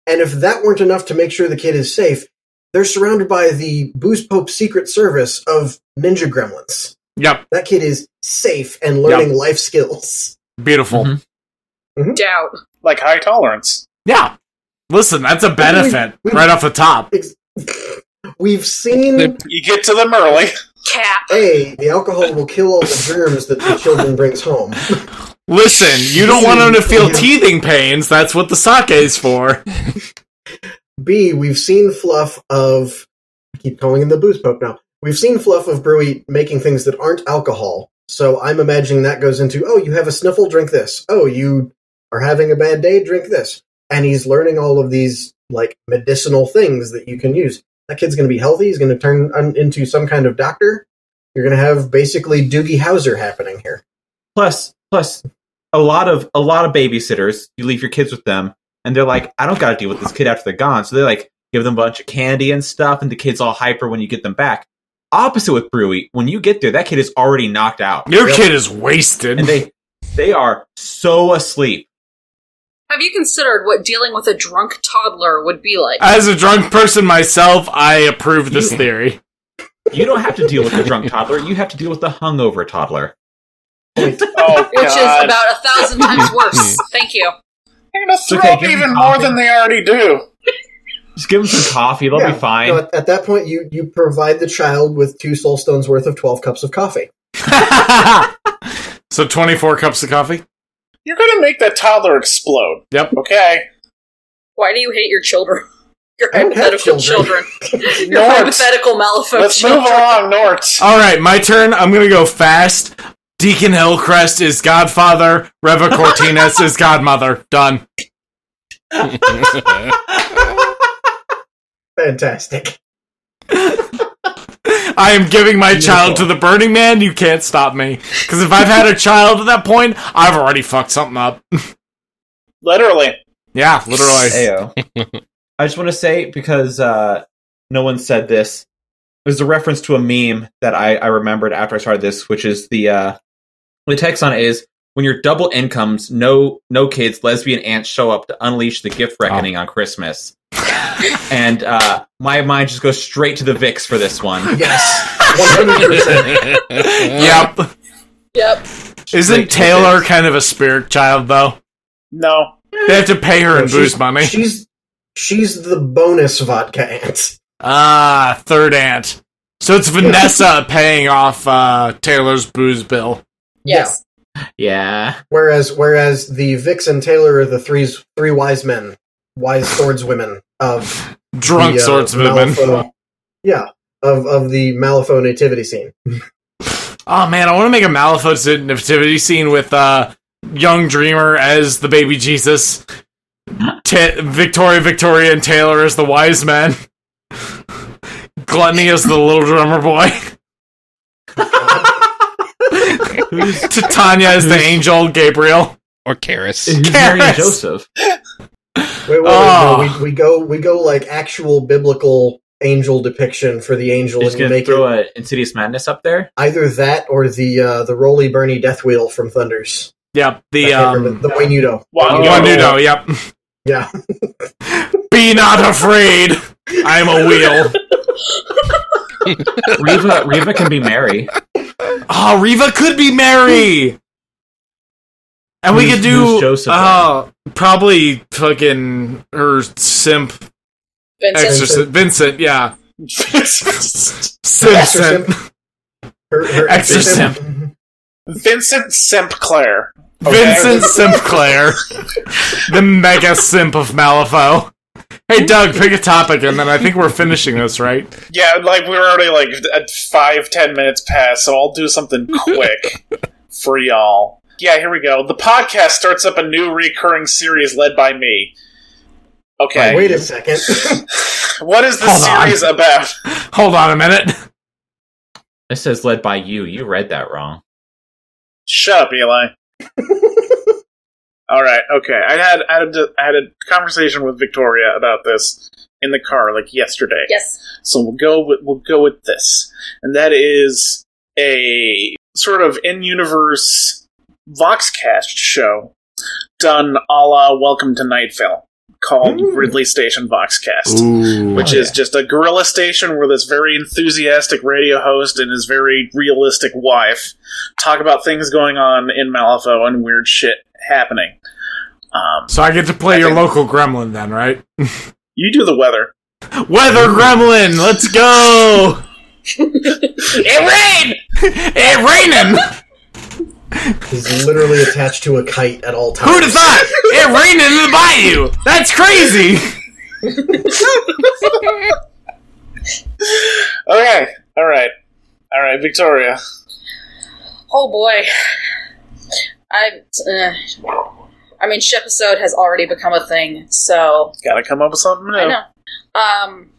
Speaker 1: And if that weren't enough to make sure the kid is safe, they're surrounded by the Booze Pope Secret Service of ninja gremlins.
Speaker 3: Yep,
Speaker 1: That kid is safe and learning life skills.
Speaker 3: beautiful.
Speaker 6: Mhm.
Speaker 4: Doubt.
Speaker 2: Like high tolerance.
Speaker 3: Yeah. Listen, that's a benefit
Speaker 1: we-
Speaker 3: right off the top.
Speaker 1: Ex- We've seen
Speaker 5: The-
Speaker 2: You get to them early.
Speaker 4: Cap.
Speaker 1: A, the alcohol will kill all the germs that the children brings home.
Speaker 3: Listen, you don't want them to feel teething pains. That's what the sake is for.
Speaker 1: B, we've seen fluff of I keep calling him the booze pope now. We've seen fluff of brewy making things that aren't alcohol. So I'm imagining that goes into oh, you have a sniffle, drink this. Oh, you are having a bad day, drink this. And he's learning all of these like medicinal things that you can use. That kid's going to be healthy. He's going to turn un- into some kind of doctor. You're going to have basically Doogie Howser happening here.
Speaker 6: plus plus a lot of a lot of babysitters you leave your kids with them and they're like i don't got to deal with this kid after they're gone so they like give them a bunch of candy and stuff and the kid's all hyper when you get them back opposite with brewy when you get there that kid is already knocked out
Speaker 3: Your kid is wasted.
Speaker 6: and they they are so asleep
Speaker 4: Have you considered what dealing with a drunk toddler would be like?
Speaker 3: As a drunk person myself, I approve this theory.
Speaker 6: you don't have to deal with the drunk toddler you have to deal with the hungover toddler
Speaker 1: Point.
Speaker 2: Oh,
Speaker 4: Which is
Speaker 2: God.
Speaker 4: about a thousand times worse. Thank you.
Speaker 2: They're going to throw
Speaker 6: okay,
Speaker 2: up
Speaker 6: give me
Speaker 2: even more
Speaker 6: coffee.
Speaker 2: than they already do.
Speaker 6: just give them some coffee they'll
Speaker 1: Yeah,
Speaker 6: be fine
Speaker 1: no, at, at that point, you you provide the child with two soul stones worth of twelve cups of coffee.
Speaker 3: so 24 cups of coffee?
Speaker 2: You're going to make that toddler explode.
Speaker 3: Yep.
Speaker 2: Okay.
Speaker 4: Why do you hate your children?
Speaker 7: Your
Speaker 1: I don't have
Speaker 7: hypothetical
Speaker 1: children.
Speaker 7: children. Your
Speaker 2: Nort.
Speaker 7: hypothetical Malifaux
Speaker 2: Let's
Speaker 7: children.
Speaker 2: move along, Nort.
Speaker 3: All right, my turn. I'm gonna go fast. Deacon Hillcrest is godfather. Reva Cortinez is godmother. Done.
Speaker 1: Fantastic.
Speaker 3: I am giving my child to the Burning Man. You can't stop me. Because if I've had a child at that point, I've already fucked something up.
Speaker 2: Literally.
Speaker 3: Yeah,
Speaker 6: uh,
Speaker 3: literally.
Speaker 6: Ayo. I just want to say because uh, no one said this. There's a reference to a meme that I, I remembered after I started this, which is the uh, the text on it is when you're double incomes, no no kids, lesbian aunts show up to unleash the gift reckoning on Christmas. and uh, my mind just goes straight to the VIX for this one.
Speaker 1: Yes. 100%.
Speaker 3: Yep.
Speaker 7: Yep.
Speaker 3: Isn't
Speaker 6: Straight to
Speaker 3: Taylor
Speaker 6: VIX.
Speaker 3: kind of a spirit child though?
Speaker 2: No.
Speaker 3: They have to pay her in
Speaker 1: She's-
Speaker 3: booze money.
Speaker 1: She's she's the bonus vodka aunt.
Speaker 3: Ah, third aunt. So it's Vanessa paying off uh, Taylor's booze bill.
Speaker 7: Yes.
Speaker 6: Yeah.
Speaker 1: Whereas whereas the Vixen Taylor are the threes three wise men, wise swordswomen of
Speaker 3: Drunk
Speaker 1: the, uh,
Speaker 3: swordswoman.
Speaker 1: Malifaux- yeah, of of the Malifaux nativity scene.
Speaker 3: Oh man, I want to make a Malifaux nativity scene with uh, young Dreamer as the baby Jesus, Ta- Victoria, Victoria, and Taylor as the wise men, Gluttony as the little drummer boy, Titania as the angel Gabriel.
Speaker 5: or Karis.
Speaker 6: Who's Mary and
Speaker 3: Yes.
Speaker 6: Joseph?
Speaker 1: Wait, wait, wait,
Speaker 3: Oh.
Speaker 1: no, we, we go we go like actual biblical angel depiction for the angel,
Speaker 6: Just
Speaker 1: and you
Speaker 6: gonna
Speaker 1: make
Speaker 6: throw
Speaker 1: it
Speaker 6: a Insidious Madness up there.
Speaker 1: either that or the uh, the Roly Bernie Death Wheel from Thunders.
Speaker 3: Yep,
Speaker 1: I
Speaker 3: the
Speaker 1: can't remember-
Speaker 3: um,
Speaker 1: the Waynudo.
Speaker 2: Wow.
Speaker 3: one Nudo. Yep,
Speaker 1: Yeah,
Speaker 3: be not afraid. I am a wheel.
Speaker 6: Riva Riva can be Mary.
Speaker 3: Oh, Riva could be Mary. And we
Speaker 6: Who's-
Speaker 3: could do
Speaker 6: who's Joseph
Speaker 3: uh, probably fucking her simp
Speaker 7: Vincent.
Speaker 1: Exorcist.
Speaker 3: exorcist Vincent, yeah. Simpson.
Speaker 1: Exorcimp. Her, her
Speaker 3: Exorcimp.
Speaker 1: exorcimp.
Speaker 2: Vincent Simp Claire.
Speaker 3: Vincent Simp Claire. the mega simp of Malifaux. Hey Doug, pick a topic and then I think we're finishing this, right?
Speaker 2: Yeah, like we're already like at five, ten minutes past, so I'll do something quick for y'all. Yeah, here we go. The podcast starts up a new recurring series led by me. Okay.
Speaker 1: Wait a second.
Speaker 2: What is the
Speaker 3: Hold on.
Speaker 2: series about?
Speaker 3: Hold on a minute.
Speaker 6: This says led by you. You read that wrong.
Speaker 2: Shut up, Eli. All right, okay. I had I had, a, I had a conversation with Victoria about this in the car like yesterday.
Speaker 7: Yes.
Speaker 2: So we'll go with we'll go with this, and that is a sort of in-universe voxcast show done a la Welcome to Night Vale, called
Speaker 1: Ooh.
Speaker 2: Ridley Station Voxcast
Speaker 3: Ooh.
Speaker 2: which
Speaker 6: Oh,
Speaker 2: is
Speaker 6: yeah.
Speaker 2: just a guerrilla station where this very enthusiastic radio host and his very realistic wife talk about things going on in Malifaux and weird shit happening. Um,
Speaker 3: So I get to play
Speaker 2: I
Speaker 3: your
Speaker 2: think-
Speaker 3: local gremlin then, right?
Speaker 2: you do the weather.
Speaker 3: Weather gremlin, let's go!
Speaker 2: It rained.
Speaker 3: it raining!
Speaker 1: He's literally attached to a kite at all times.
Speaker 3: Who'd have thought? It rained in the bayou. That's crazy.
Speaker 2: Okay, all right, all right, Victoria.
Speaker 7: Oh boy. I. Uh, I mean, ship episode has already become a thing, so
Speaker 2: Got to come up with something new.
Speaker 7: I know. Um,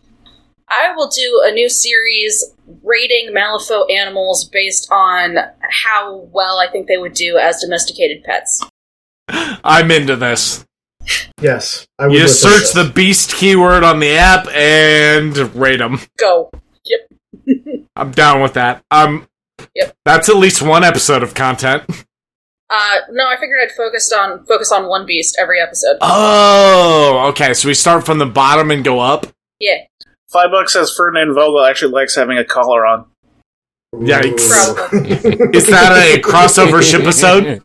Speaker 7: I will do a new series rating Malifaux animals based on how well I think they would do as domesticated pets.
Speaker 3: I'm into this.
Speaker 1: Yes, I would
Speaker 3: You
Speaker 1: listen to
Speaker 3: search the
Speaker 1: this.
Speaker 3: beast keyword on the app and rate them.
Speaker 7: Go.
Speaker 3: I'm down with that. Um,
Speaker 7: Yep.
Speaker 3: That's at least one episode of content.
Speaker 7: Uh, no, I figured I'd focused on focus on one beast every episode.
Speaker 3: Oh, okay. So we start from the bottom and go up.
Speaker 7: Yeah,
Speaker 2: Flybook says Ferdinand Vogel actually likes having a collar on.
Speaker 3: Yikes.
Speaker 1: Ooh.
Speaker 7: probably.
Speaker 3: Is that a crossover ship episode?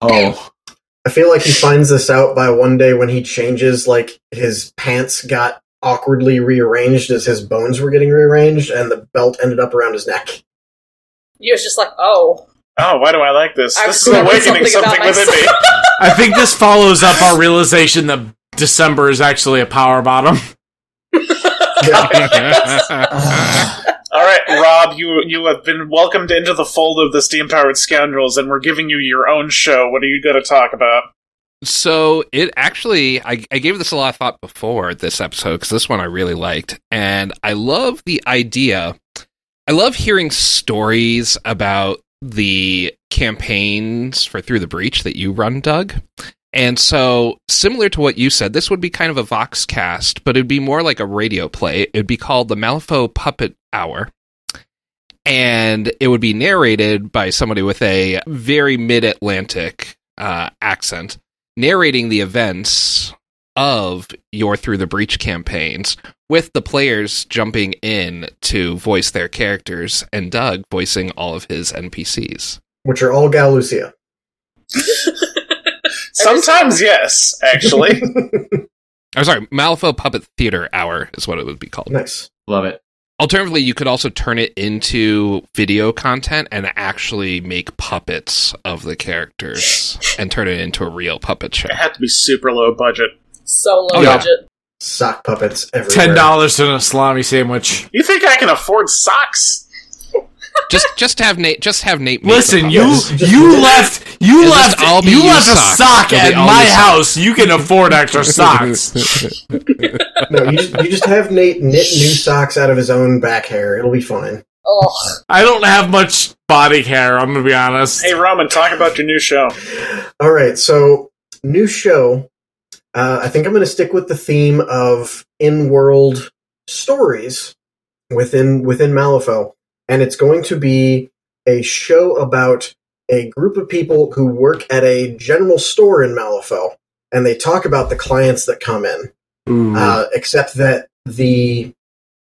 Speaker 6: Oh,
Speaker 1: I feel like he finds this out by one day when he changes, like his pants got awkwardly rearranged as his bones were getting rearranged, and the belt ended up around his neck.
Speaker 7: you was just like, oh,
Speaker 2: Oh, why do I like this?
Speaker 7: I
Speaker 2: this is
Speaker 7: remember
Speaker 2: awakening
Speaker 7: something
Speaker 2: something
Speaker 7: about
Speaker 2: within me.
Speaker 3: I think this follows up our realization that December is actually a power bottom.
Speaker 2: All right, Rob, you you have been welcomed into the fold of the steam powered scoundrels, and we're giving you your own show. What are you going to talk about?
Speaker 5: So it actually, I, I gave this a lot of thought before this episode because this one I really liked, and I love the idea. I love hearing stories about the campaigns for Through the Breach that you run, Doug. And so, similar to what you said, this would be kind of a Vox cast, but it'd be more like a radio play. It'd be called the Malifaux Puppet Hour. And it would be narrated by somebody with a very mid Atlantic uh, accent, narrating the events of your Through the Breach campaigns, with the players jumping in to voice their characters and Doug voicing all of his NPCs.
Speaker 1: which are all Galusia.
Speaker 2: Sometimes, yes, actually.
Speaker 5: I'm sorry, Malifaux Puppet Theater Hour is what it would be called.
Speaker 1: nice.
Speaker 6: Love it.
Speaker 5: Alternatively, you could also turn it into video content and actually make puppets of the characters and turn it into a real puppet show.
Speaker 2: it had to be super low budget.
Speaker 7: So low
Speaker 5: Oh, yeah.
Speaker 7: budget.
Speaker 1: Sock puppets everywhere.
Speaker 3: Ten dollars in a salami sandwich.
Speaker 2: You think I can afford socks?
Speaker 5: Just just have Nate just have Nate make the
Speaker 3: Listen,
Speaker 5: puppet.
Speaker 3: you you left you
Speaker 5: It'll
Speaker 3: left
Speaker 5: just all be
Speaker 3: you
Speaker 5: you
Speaker 3: left a
Speaker 5: socks.
Speaker 3: sock
Speaker 5: It'll
Speaker 3: at
Speaker 5: be all
Speaker 3: my
Speaker 5: you socks.
Speaker 3: house. You can afford extra socks.
Speaker 1: No, you just, you just have Nate knit new socks out of his own back hair. It'll be fine.
Speaker 7: Oh,
Speaker 3: I don't have much body hair. I'm gonna be honest.
Speaker 2: Hey, Roman, talk about your new show.
Speaker 1: All right, so new show. Uh, I think I'm going to stick with the theme of in-world stories within within Malifaux, and it's going to be a show about a group of people who work at a general store in Malifaux, and they talk about the clients that come in.
Speaker 3: Ooh.
Speaker 1: Uh, except that the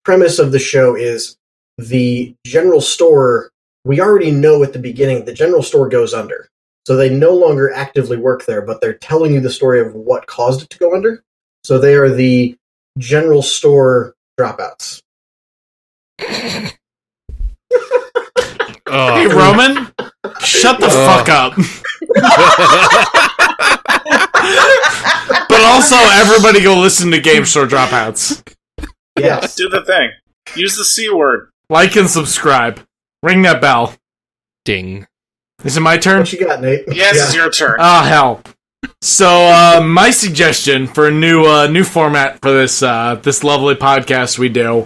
Speaker 1: premise of the show is the general store. We already know at the beginning the general store goes under, so they no longer actively work there, but they're telling you the story of what caused it to go under. So they are the general store dropouts.
Speaker 3: hey, Roman, shut the fuck up. but also, everybody go listen to Game Store Dropouts.
Speaker 1: Yes,
Speaker 2: Do the thing. Use the C word.
Speaker 3: Like and subscribe. Ring that bell.
Speaker 5: ding.
Speaker 3: Is it my turn?
Speaker 1: what you got, Nate?
Speaker 2: Yes,
Speaker 1: Yeah.
Speaker 2: it's your turn.
Speaker 3: Ah, hell. So, uh, my suggestion for a new uh, new format for this uh, this lovely podcast we do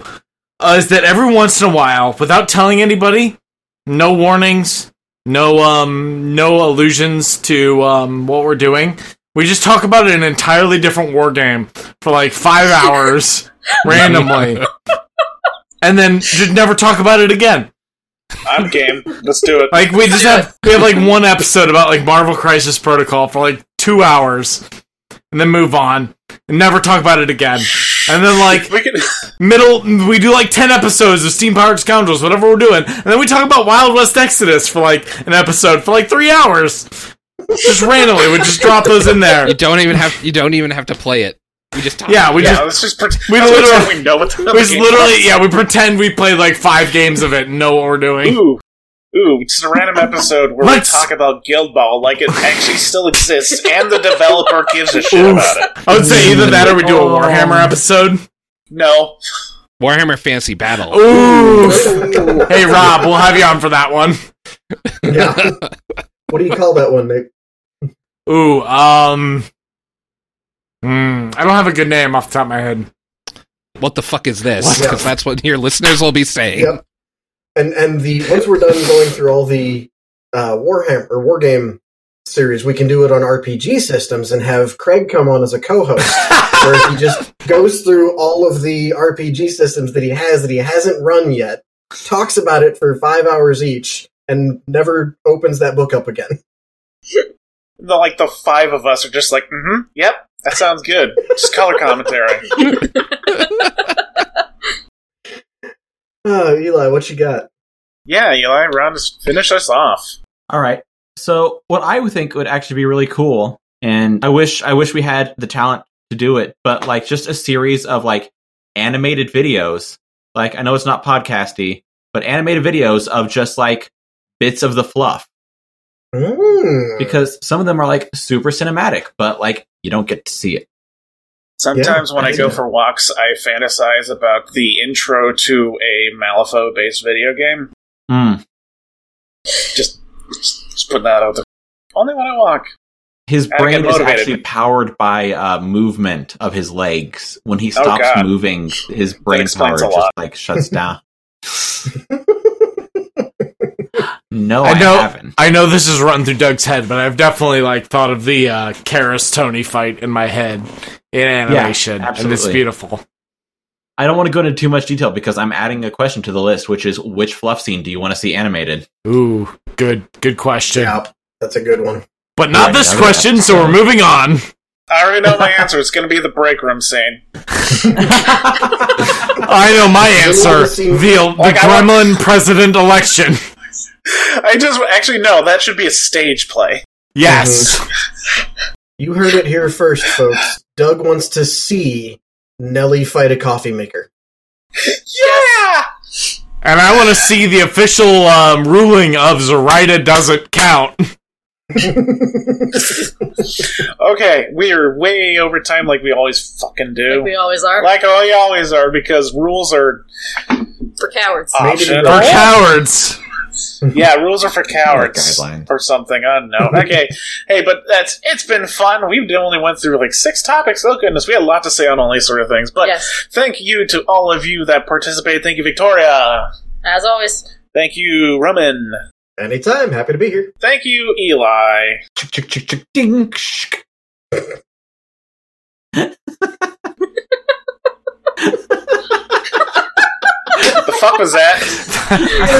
Speaker 3: uh, is that every once in a while, without telling anybody, no warnings, no um, no allusions to um, what we're doing, we just talk about an entirely different war game for like five hours randomly, and then just never talk about it again.
Speaker 2: I'm game. Let's do it.
Speaker 3: Like we just have we have like one episode about like Marvel Crisis Protocol for like two hours, and then move on and never talk about it again. And then like
Speaker 2: We can.
Speaker 3: middle, we do like ten episodes of Steam Powered Scoundrels, whatever we're doing, and then we talk about Wild West Exodus for like an episode for like three hours. Just randomly, we just drop those in there.
Speaker 5: You don't even have you don't even have to play it. You just talk.
Speaker 3: Yeah, we
Speaker 2: yeah,
Speaker 3: just
Speaker 2: let's just pretend
Speaker 3: we
Speaker 2: we, let's
Speaker 3: literally-
Speaker 2: pretend we know what the
Speaker 3: we just
Speaker 2: game
Speaker 3: literally yeah we pretend we played like five games of it and know what we're doing.
Speaker 2: Ooh, ooh, just a random episode where
Speaker 3: Let's-
Speaker 2: we talk about Guild Ball like it actually still exists, and the developer gives a shit
Speaker 3: Oof.
Speaker 2: about it.
Speaker 3: I would say either that or we do a Warhammer episode.
Speaker 2: No,
Speaker 5: Warhammer Fantasy Battle.
Speaker 3: Oh. Ooh.
Speaker 1: Ooh.
Speaker 3: Hey Rob, we'll have you on for that one.
Speaker 1: Yeah. What do you call that one, Nate?
Speaker 3: Ooh, um, mm, I don't have a good name off the top of my head.
Speaker 5: What the fuck is this?
Speaker 1: What the-
Speaker 5: Because that's what your listeners will be saying.
Speaker 1: Yep. And and the once we're done going through all the uh, Warhammer or Wargame series, we can do it on RPG systems and have Craig come on as a co-host, where he just goes through all of the RPG systems that he has that he hasn't run yet, talks about it for five hours each, and never opens that book up again.
Speaker 2: the, like the five of us are just like, mm-hmm, yep, that sounds good. Just color commentary.
Speaker 1: Oh, Eli, what you got?
Speaker 2: Yeah, Eli, round us, finish us off.
Speaker 6: All right. So what I would think would actually be really cool, and I wish I wish we had the talent to do it, but like just a series of like animated videos. Like I know it's not podcasty, but animated videos of just like bits of the fluff.
Speaker 1: Mm.
Speaker 6: because some of them are like super cinematic, but like you don't get to see it.
Speaker 2: Sometimes
Speaker 1: Yeah,
Speaker 2: when
Speaker 1: I
Speaker 2: I go
Speaker 1: know.
Speaker 2: for walks, I fantasize about the intro to a Malifaux based video game.
Speaker 6: Hmm.
Speaker 2: Just, just just putting that out there. Only when I walk.
Speaker 6: His
Speaker 2: Gotta get
Speaker 6: brain is
Speaker 2: motivated.
Speaker 6: actually powered by uh, movement of his legs. When he
Speaker 2: Oh,
Speaker 6: stops
Speaker 2: God.
Speaker 6: moving, his brain power
Speaker 2: explains a
Speaker 6: just
Speaker 2: lot.
Speaker 6: like shuts down. no,
Speaker 3: I
Speaker 6: I,
Speaker 3: know-
Speaker 6: haven't.
Speaker 3: I know this is run through Doug's head, but I've definitely like thought of the uh Karis Tony fight in my head in animation, and it's
Speaker 6: absolutely.
Speaker 3: beautiful.
Speaker 6: I don't want to go into too much detail because I'm adding a question to the list, which is which fluff scene do you want to see animated?
Speaker 3: Ooh, good, good question,
Speaker 1: Yep, that's a good one.
Speaker 3: but not
Speaker 6: Yeah,
Speaker 3: this
Speaker 6: yeah,
Speaker 3: question.
Speaker 6: yeah.
Speaker 3: So we're moving on.
Speaker 2: I already know my answer. It's going to be the break room scene.
Speaker 3: I know my answer:
Speaker 1: see-
Speaker 3: the the
Speaker 2: Like, I want-
Speaker 3: Gremlin president election.
Speaker 2: I just actually no. That should be a stage play.
Speaker 3: Yes,
Speaker 6: Mm-hmm.
Speaker 1: You heard it here first, folks. Doug wants to see Nelly fight a coffee maker.
Speaker 2: Yeah.
Speaker 3: and I want to see the official um, ruling of Zoraida doesn't count.
Speaker 2: Okay, we are way over time, like we always fucking
Speaker 4: Like
Speaker 2: do.
Speaker 4: we always are.
Speaker 2: Like we always are, because rules are
Speaker 4: for cowards.
Speaker 5: Uh,
Speaker 1: Maybe
Speaker 2: optional.
Speaker 3: We're cowards.
Speaker 2: Yeah, rules are for cowards
Speaker 6: Guidelines.
Speaker 2: or something. I don't know. Okay, hey, but that's it's been fun. We've only went through like six topics. Oh goodness, we had a lot to say on all these sort of things. But
Speaker 4: yes.
Speaker 2: thank you to all of you that participated. Thank you, Victoria.
Speaker 4: As always.
Speaker 2: Thank you, Roman.
Speaker 1: Anytime, happy to be here.
Speaker 2: Thank you, Eli.
Speaker 6: Chick, chick, chick, chick, ding, shk.
Speaker 2: the fuck was that?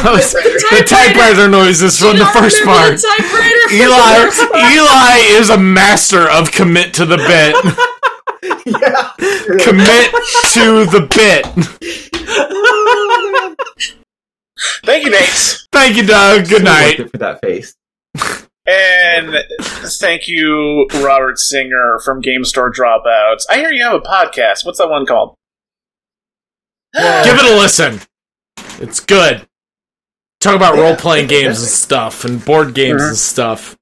Speaker 3: That was- the typewriter noises from the first part. Eli, Eli is a master of commit to the bit.
Speaker 1: yeah.
Speaker 3: commit to the bit.
Speaker 2: Thank you, Nate.
Speaker 3: Thank you, Doug. Good night.
Speaker 6: for that face.
Speaker 2: And thank you, Robert Singer from Game Store Dropouts. I hear you have a podcast. What's that one called?
Speaker 3: Give it a listen. It's good. Talk about role playing games and stuff, and board games and stuff.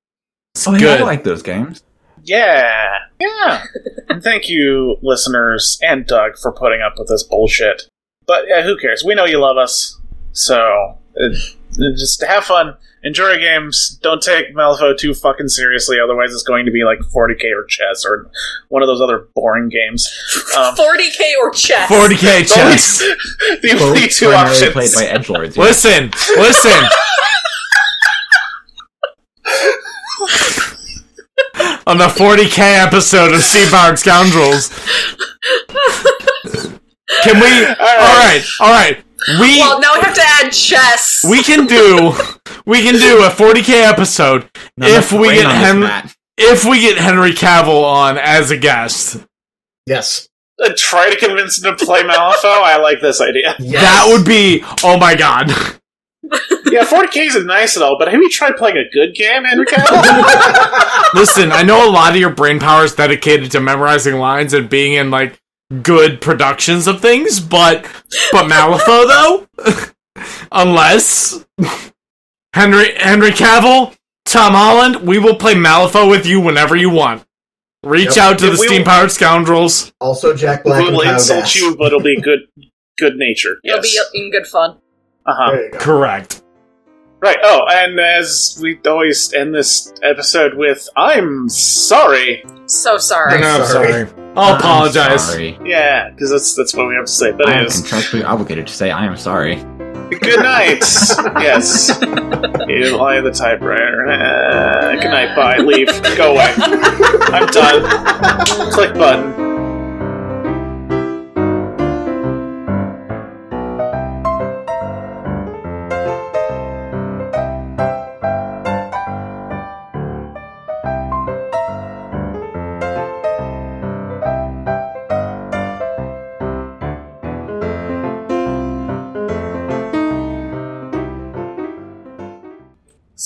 Speaker 6: Oh, yeah,
Speaker 3: good.
Speaker 6: I like those games.
Speaker 2: Yeah. Yeah. and thank you, listeners and Doug, for putting up with this bullshit. But yeah, who cares? We know you love us. So uh, just have fun. Enjoy your games. Don't take Malifaux too fucking seriously, otherwise it's going to be like 40k or chess or one of those other boring games. Um,
Speaker 4: 40k or chess.
Speaker 3: 40k
Speaker 2: the only-
Speaker 3: chess.
Speaker 2: the only
Speaker 6: Both
Speaker 2: two
Speaker 6: primarily
Speaker 2: options.
Speaker 6: played by edgelords. yeah.
Speaker 3: Listen, listen. On the 40k episode of Seabound Scoundrels. Can we? All right, all right. We
Speaker 4: Well, now we have to add chess.
Speaker 3: we can do we can do a 40k episode
Speaker 6: Not
Speaker 3: if
Speaker 6: enough
Speaker 3: we
Speaker 6: brain
Speaker 3: get
Speaker 6: on this
Speaker 3: Hen-
Speaker 6: mat.
Speaker 3: if we get Henry Cavill on as a guest.
Speaker 1: Yes.
Speaker 2: Uh, try to convince him to play Malifaux. I like this idea.
Speaker 1: yes.
Speaker 3: That would be oh my god.
Speaker 2: Yeah, 40k is nice and all, but have you tried playing a good game, Henry Cavill?
Speaker 3: Listen, I know a lot of your brain power is dedicated to memorizing lines and being in like good productions of things, but but Malifaux though, unless Henry Henry Cavill, Tom Holland, we will play Malifaux with you whenever you want. Reach
Speaker 1: Yep.
Speaker 3: out to
Speaker 2: Yeah, we
Speaker 3: the
Speaker 2: will-
Speaker 3: steam powered scoundrels.
Speaker 1: also Jack Black
Speaker 2: Who will
Speaker 1: and Kyle
Speaker 2: insult
Speaker 1: Gass.
Speaker 2: you, but it'll be good, good nature.
Speaker 4: It'll
Speaker 2: Yes.
Speaker 4: be in good fun.
Speaker 2: uh-huh.
Speaker 1: There you go.
Speaker 3: Correct.
Speaker 2: Right. Oh, and as we always end this episode with, I'm sorry.
Speaker 4: So sorry.
Speaker 1: I'm No, sorry. sorry.
Speaker 3: I'll
Speaker 6: I'm
Speaker 3: apologize.
Speaker 6: sorry.
Speaker 2: Yeah, because that's that's what we have to say. But
Speaker 6: I am
Speaker 2: anyways,
Speaker 6: contractually obligated to say I am sorry.
Speaker 2: good night. yes. You lie the typewriter. Uh, good night. Bye. Leave. Go away. I'm done. Click button.